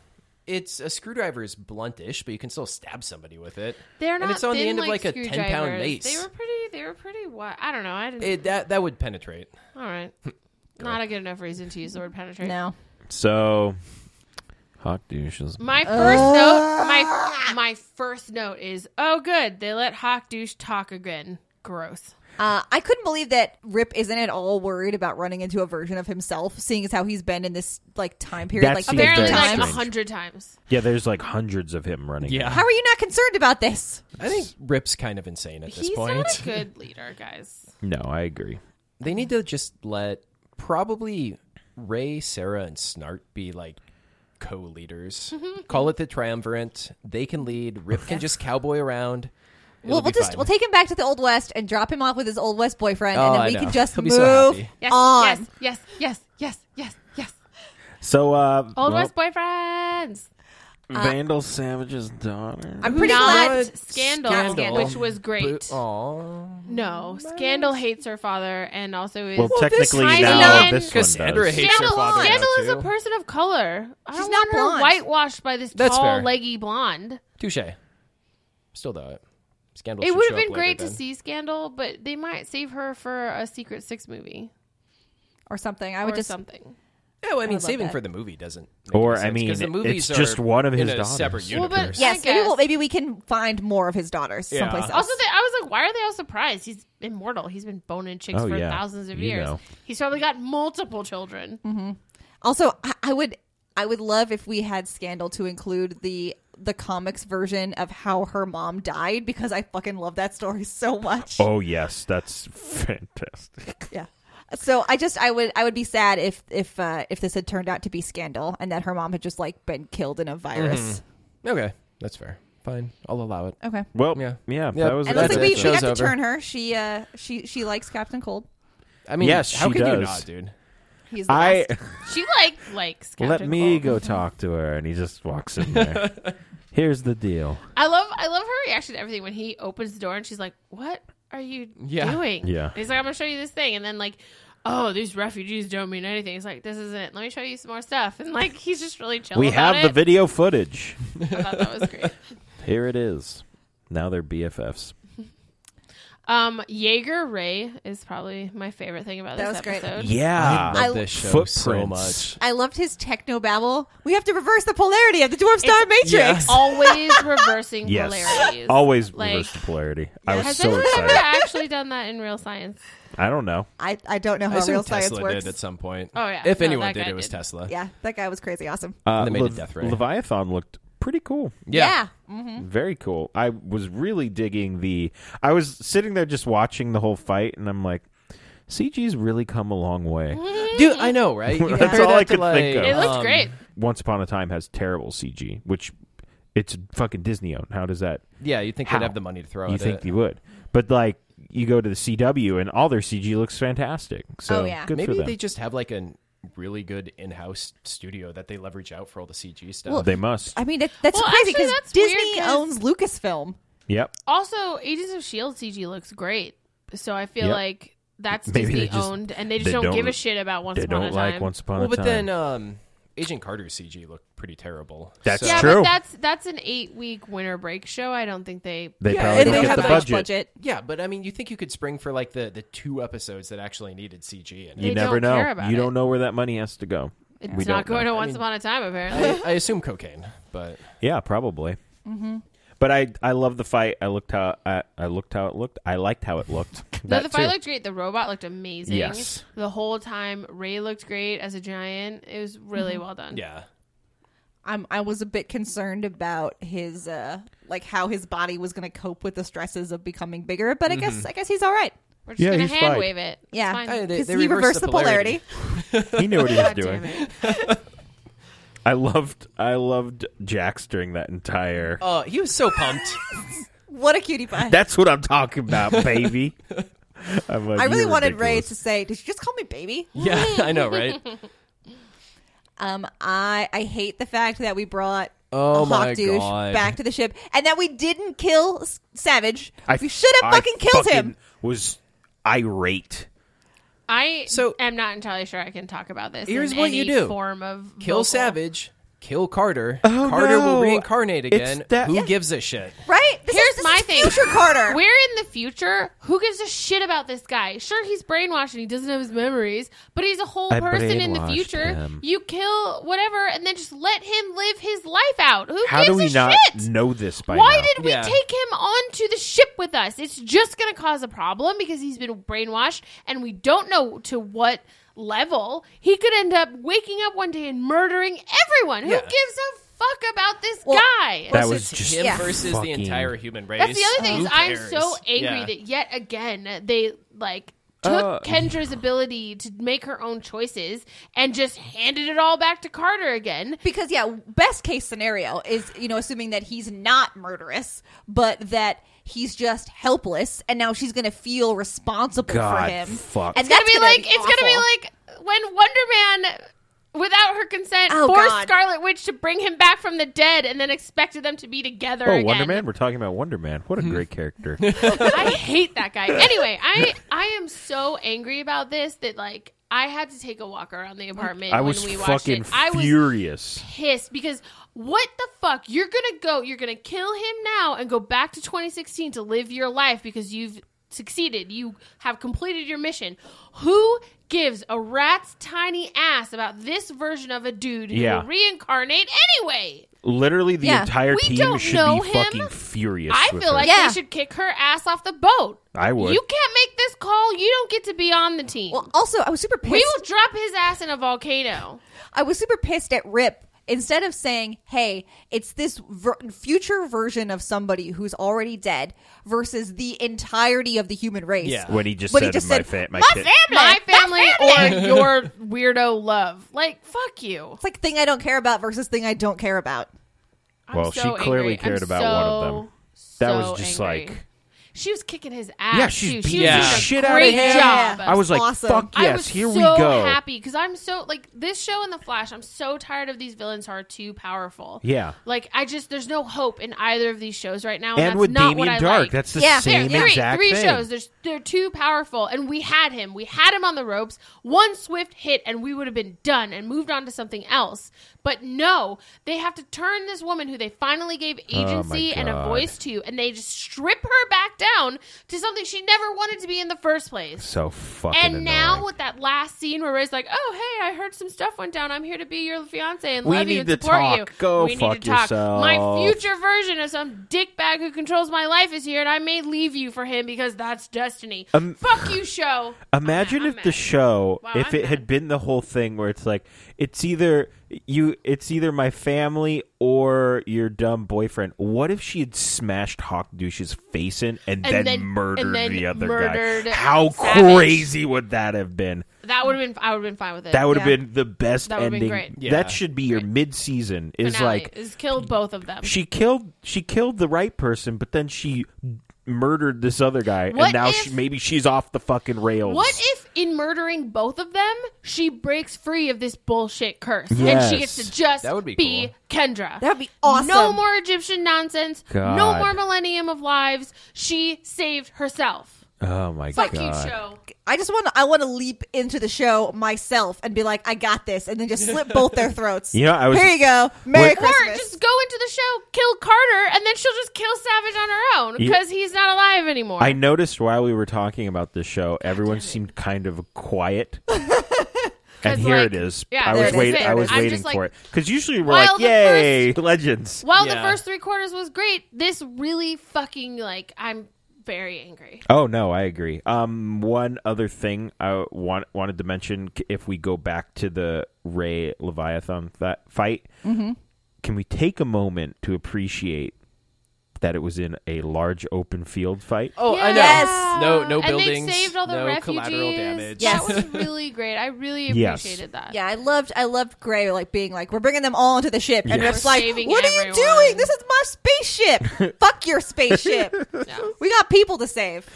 it's a screwdriver is bluntish, but you can still stab somebody with it. they're not and it's on thin the end of like a ten pound screwdrivers. mace. They were pretty. They were pretty. What? I don't know. I didn't. It, that that would penetrate. all right. Not a good enough reason to use the word penetrate. no. So, Hawk douche Mm. is My first Uh. note. My my first note is oh good. They let Hawk douche talk again. Gross. Uh, I couldn't believe that Rip isn't at all worried about running into a version of himself, seeing as how he's been in this like time period That like seems fifty Apparently very like times. a strange. hundred times. yeah. There's like hundreds of him running. How are you not concerned about this? I think Rip's kind of insane at this He's point. not a good leader, guys. No, I agree. They need to just let probably Ray, Sarah, and Snart be like co leaders. Mm-hmm. Call it the triumvirate. They can lead. Rip can just cowboy around. It'll We'll, be we'll just fine. we'll take him back to the old west and drop him off with his old west boyfriend, Oh, and I then we know. can just He'll be move so happy. Yes. on. Yes. Yes. Yes. Yes. Yes. Yes. So, uh, well, Old West boyfriends. uh, Vandal Savage's daughter. I'm pretty not glad. Scandal, Not Scandal. which was great. But- aw. no, Oh, Scandal hates her father and also is well, technically Heisen- now this one Cassandra does. hates her Scandal, father now, Scandal is a too. person of color. I She's don't not want her blonde. whitewashed by this That's tall, fair. leggy blonde. Touche. Still though. Scandal. It should would show have up been later great to then. see Scandal, but they might save her for a Secret Six movie or something. I or would just something. Yeah, well, I mean, love saving that. for the movie doesn't. Make Or, any I sense, 'cause mean, the movies it's just are one of in his a daughters. separate Well, but- universe. Yeah. yes. Maybe, we'll, guess. maybe we can find more of his daughters Yeah. someplace else. Also, they, I was like, why are they all surprised? He's immortal. He's been boning chicks Oh, for yeah. thousands of You years. know. He's probably got multiple children. Also, I, I would I would love if we had Scandal to include the the comics version of how her mom died because I fucking love that story so much. Oh yes, that's fantastic. Yeah. So I just I would I would be sad if if uh, if this had turned out to be Scandal and that her mom had just like been killed in a virus. Okay, that's fair. Fine, I'll allow it. Okay. Well, Yeah. yeah, Yep. that was So And it looks that's like it. we, we Show's got to over. turn her. She uh she she likes Captain Cold. I mean, Yes, how she can you does. not, dude? He's the I best. She like likes. let Captain me Cold. go talk to her, and he just walks in there. Here's the deal. I love I love her reaction to everything when he opens the door and she's like, "What are you Yeah. doing?" Yeah. And he's like, "I'm gonna show you this thing," and then like, "Oh, these refugees don't mean anything." He's like, "This isn't. it. Let me show you some more stuff." And like, he's just really chill. we about have the it. video footage. I thought that was great. Here it is. Now they're BFFs. Um, Jaeger Ray is probably my favorite thing about That this was great. episode. I Yeah, love I- this show so footprints. much. I loved his techno babble. We have to reverse the polarity of the dwarf star matrix. Yes. Always reversing polarities. Yes, always Like- reverse the polarity. I was Has so anyone ever excited. actually done that in real science? I don't know. I, I don't know I how assume real Tesla science works. did at some point. Oh, yeah. if No, anyone that did, guy it was did. Tesla. Yeah, that guy was crazy awesome. Uh, They made a Lev- death ray. Hmm? Leviathan looked pretty cool. yeah. Mm-hmm. Very cool. I was really digging the. I was sitting there just watching the whole fight, and I'm like, CG's really come a long way. Dude, I know, right? You That's compare all that I to, could think like, It of. looks um, great. Once Upon a Time has terrible CG, which it's fucking Disney owned. How does that? Yeah, you think How? they'd have the money to throw you at think it. you would, but like you go to the CW and all their CG looks fantastic. So Oh, yeah. good for Maybe them. they just have like a really good in-house studio that they leverage out for all the CG stuff. They must. I mean, it, that's Well, crazy actually, because that's weird Disney 'cause- owns Lucasfilm. Yep. Also, Agents of Shield CG looks great, so I feel Yep. like that's Maybe they Disney just- owned, and they just they don't, don't- give a shit about Once They Upon don't a like Time. Once Upon well, a but Time. then um, Agent Carter's CG looked pretty terrible. That's so, yeah, True. but that's that's an eight week winter break show. I don't think they. they Yeah, and probably And don't they get have the that much budget. budget. Yeah, but I mean, you think you could spring for like the the two episodes that actually needed CG in it. You They never don't know. care about you it. don't know where that money has to go. It's we don't not going know. to Once Upon a Time apparently. I, I assume cocaine, but Yeah, probably. But I, I love the fight. I looked how I, I looked how it looked. I liked how it looked. No, That the fight too. looked great. The robot looked amazing. Yes. The whole time, Ray looked great as a giant. It was really well done. Mm-hmm. yeah. I'm, I was a bit concerned about his, uh, like how his body was going to cope with the stresses of becoming bigger, but I guess I guess he's all right. We're just Yeah, gonna he's hand fine. wave it. It's Yeah. fine. Hey, Mm-hmm. Oh, they- Because they he reversed the polarity. He knew what he was God damn doing. it. I loved I loved Jax during that entire. Oh, he was so pumped. What a cutie pie! That's what I'm talking about, baby. I'm like, I really "You're wanted Ray ridiculous." to say, "Did you just call me baby?" yeah, I know, right? Um, I I hate the fact that we brought Oh a hawk my douche God. back to the ship and that we didn't kill S- Savage. I we should have I fucking killed him. fucking Was irate. I So- am not entirely sure I can talk about this. Here's in what you any do. Form of Kill vocal. Savage, kill Carter. Oh, Carter will no. reincarnate It's again. that- Who Yeah. gives a shit? Right? This Here's is, this my is thing. Future Carter. We're in the future. Who gives a shit about this guy? Sure, he's brainwashed and he doesn't have his memories, but he's a whole I person in the brainwashed future. him. You kill whatever and then just let him live his life out. Who How do gives we a not shit? know this by Why now? did we Yeah. take him onto the ship with us? It's just going to cause a problem because he's been brainwashed and we don't know to what level. He could end up waking up one day and murdering everyone. Who Yeah. gives a fuck about this Well, guy? That Plus, was it's just Oh, him yeah. versus the fucking- entire human race. That's the other thing Who is I'm cares? so angry Yeah. that yet again they like took Uh, Kendra's ability to make her own choices and just handed it all back to Carter again. because yeah, best case scenario is you know assuming that he's not murderous, but that he's just helpless, and now she's gonna feel responsible for God, him. fuck. And It's gonna that's be like it's awful. gonna be like when Wonder Man without her consent Oh, forced God. Scarlet Witch to bring him back from the dead and then expected them to be together Oh, again. Hmm. Wonder Man! We're talking about Wonder Man. What a great character! I hate that guy. Anyway, I I am so angry about this that like I had to take a walk around the apartment I was when we watched fucking it. I was furious. pissed because what the fuck? You're gonna go, you're gonna kill him now and go back to 2016 to live your life because you've succeeded. You have completed your mission. Who gives a rat's tiny ass about this version of a dude who Yeah. will reincarnate anyway? Literally, the Yeah. entire We team don't should know be him. fucking furious. I with feel her. like Yeah. they should kick her ass off the boat. I would. You can't make this call. You don't get to be on the team. Well, also, I was super pissed. we will drop his ass in a volcano. I was super pissed at Rip. Instead of saying, "Hey, it's this ver- future version of somebody who's already dead," versus the entirety of the human race, Yeah. when he just When said, he just "My said, fa- my, "My kid." fa- My My family or your weirdo love. Like, fuck you. it's like thing I don't care about versus thing I don't care about. I'm Well, she so clearly angry. cared I'm about one of so, them. That so was just angry. like- she was kicking his ass. Yeah, she's beating too. she the was doing a shit outta great him. job. Yeah. I was like, Awesome. "Fuck I yes, was here so we go." Happy because I'm so like this show and the Flash. I'm so tired of these villains who are too powerful. Yeah. like I just there's no hope in either of these shows right now. And, And Oh, that's with not what Damien I Dark, like. that's the Yeah. same There, three, exact three thing. shows. There's, they're too powerful, and we had him. We had him on the ropes. One swift hit, and we would have been done and moved on to something else. But no, they have to turn this woman who they finally gave agency and a Oh, God. voice to, and they just strip her back down to something she never wanted to be in the first place. so fucking. And annoying. now with that last scene where Ray's like, "Oh hey, I heard some stuff went down. I'm here to be your fiance and We love need you and to support talk. you. Go we fuck need to talk. yourself." My future version of some dickbag who controls my life is here, and I may leave you for him because that's destiny. Um, fuck you, show. Imagine I'm if mad. the show, Wow, if I'm it mad. had been the whole thing where it's like, it's either you it's either my family or your dumb boyfriend. What if she had smashed Hawk Douche's face in and, then, then- murdered and then the other murdered guy? How Savage. crazy would that have been? That would have been. I would have been fine with it. That would have Yeah. been the best That would've been ending. great. Yeah. That should be your mid season is Finale like is kill both of them. she killed she killed the right person, but then she murdered this other guy What and now if- she, maybe she's off the fucking rails. What if in murdering both of them, she breaks free of this bullshit curse and Yes. she gets to just That would be Kendra? That would be awesome. No more Egyptian nonsense. No God. more millennium of lives. She saved herself. Oh my Fuck god. you, show. I just want to. I want to leap into the show myself and be like, I got this, and then just slit both their throats. You know, I was- Here you go. Merry What- Or Christmas. just go into the show, kill Carter, and then she'll just kill Savage on her own because he's not alive anymore. I noticed while we were talking about this show, everyone seemed kind of quiet. and here like, it is. yeah, I there was it is. waiting. There I it was is. I'm waiting just like- for it because usually we're While like, the "Yay, legends!" While the Yeah. first three quarters was great, this really fucking like I'm very angry. Oh no, I agree. Um, one other thing I want, wanted to mention: c- if we go back to the Ray Leviathan th- fight, can we take a moment to appreciate that it was in a large open field fight? Oh, I know. Yes. No, no and buildings. They saved all the no refugees. collateral damage. Yes. That was really great. I really Yes. appreciated that. yeah, I loved. I loved Gray like being like, we're bringing them all into the ship, and Yes. Riff's We're like, saving what everyone." are you doing? This is my spaceship. Fuck your spaceship. We got people to save.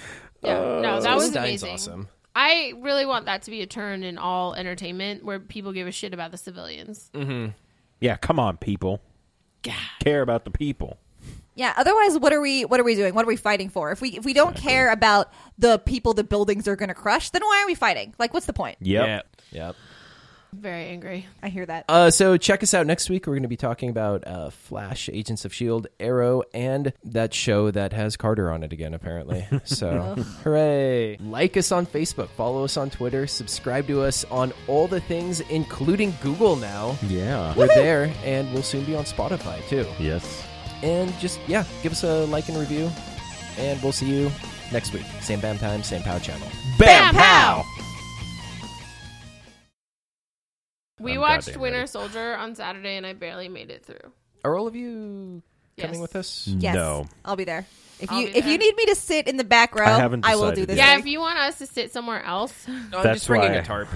Yeah. no, that was Oh, Stein's amazing. awesome. I really want that to be a turn in all entertainment where people give a shit about the civilians. Mm. Yeah, come on, people, care about the people. Yeah. Otherwise, what are we? What are we doing? What are we fighting for? If we if we don't care about the people the buildings are going to crush, then why are we fighting? Like, what's the point? Yep. Yeah. Yep. I'm very angry. I hear that. Uh, so check us out next week. We're going to be talking about uh, Flash, Agents of Shield, E Arrow, and that show that has Carter on it again. Apparently, so hooray! Like us on Facebook, follow us on Twitter, subscribe to us on all the things, including Google. Now Yeah. we're there, and we'll soon be on Spotify too. Yes. And just yeah, give us a like and review, and we'll see you next week. Same bam time, same pow channel. Bam, pow! We I'm watched goddamn Winter ready. Soldier on Saturday and I barely made it through. Are all of you Yes. coming with us? Mm. Yes, No. I'll be there. If I'll you be if you there. need me to sit in the back row, I I, haven't will do decided this. yet. Yeah, week. if you want us to sit somewhere else, No, I'm That's just bringing why. a tarp.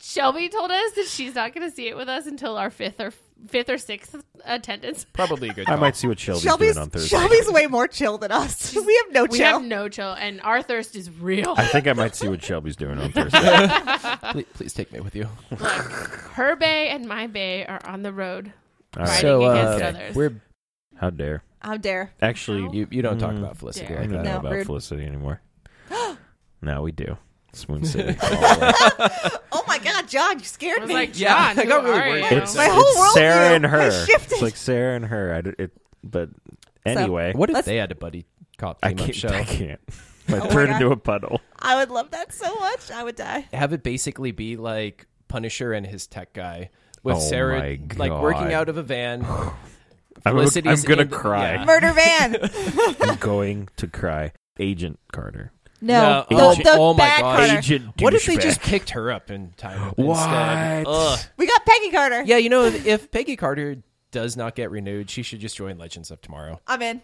Shelby told us that she's not going to see it with us until our fifth or fifth or sixth attendance. Probably a good. I call. might see what Shelby's, Shelby's doing on Thursday. Shelby's way more chill than us. we have no We chill. have no chill, and our thirst is real. I think I might see what Shelby's doing on Thursday. please, please take me with you. Her bay and my bay are on the road. All right. Fighting So against uh, others. we're How dare. How dare? Actually, you. You don't Mm. talk about Yeah. Felicity I like don't know that. No, about rude. Felicity anymore. no, we do. It's Moon City. All the way. Oh my God, John, you I scared was me. like, John, Yeah, I who got really are worried you? for a it's My whole it's worldview Sarah and her. has shifted. It's like Sarah and her. I d it, but anyway, What if Let's- they had a buddy cop I team up can't. show? I can't. I Oh my turn God. into a puddle. I would love that so much. I would die. Have it basically be like Punisher and his tech guy with Oh Sarah my like God. working out of a van. I'm, I'm Felicity's gonna in- cry. yeah. Murder van. I'm going to cry. Agent Carter. No, No, the, oh, the oh my bad God. Carter. Agent. What if they douchebag. just picked her up in time instead? What? Ugh. We got Peggy Carter. Yeah, you know, if, if Peggy Carter does not get renewed, she should just join Legends of Tomorrow. I'm in.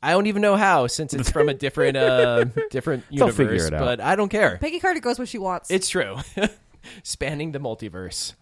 I don't even know how, since it's from a different uh, different They'll figure universe. it out. But I don't care. Peggy Carter goes where she wants. It's true. Spanning the multiverse.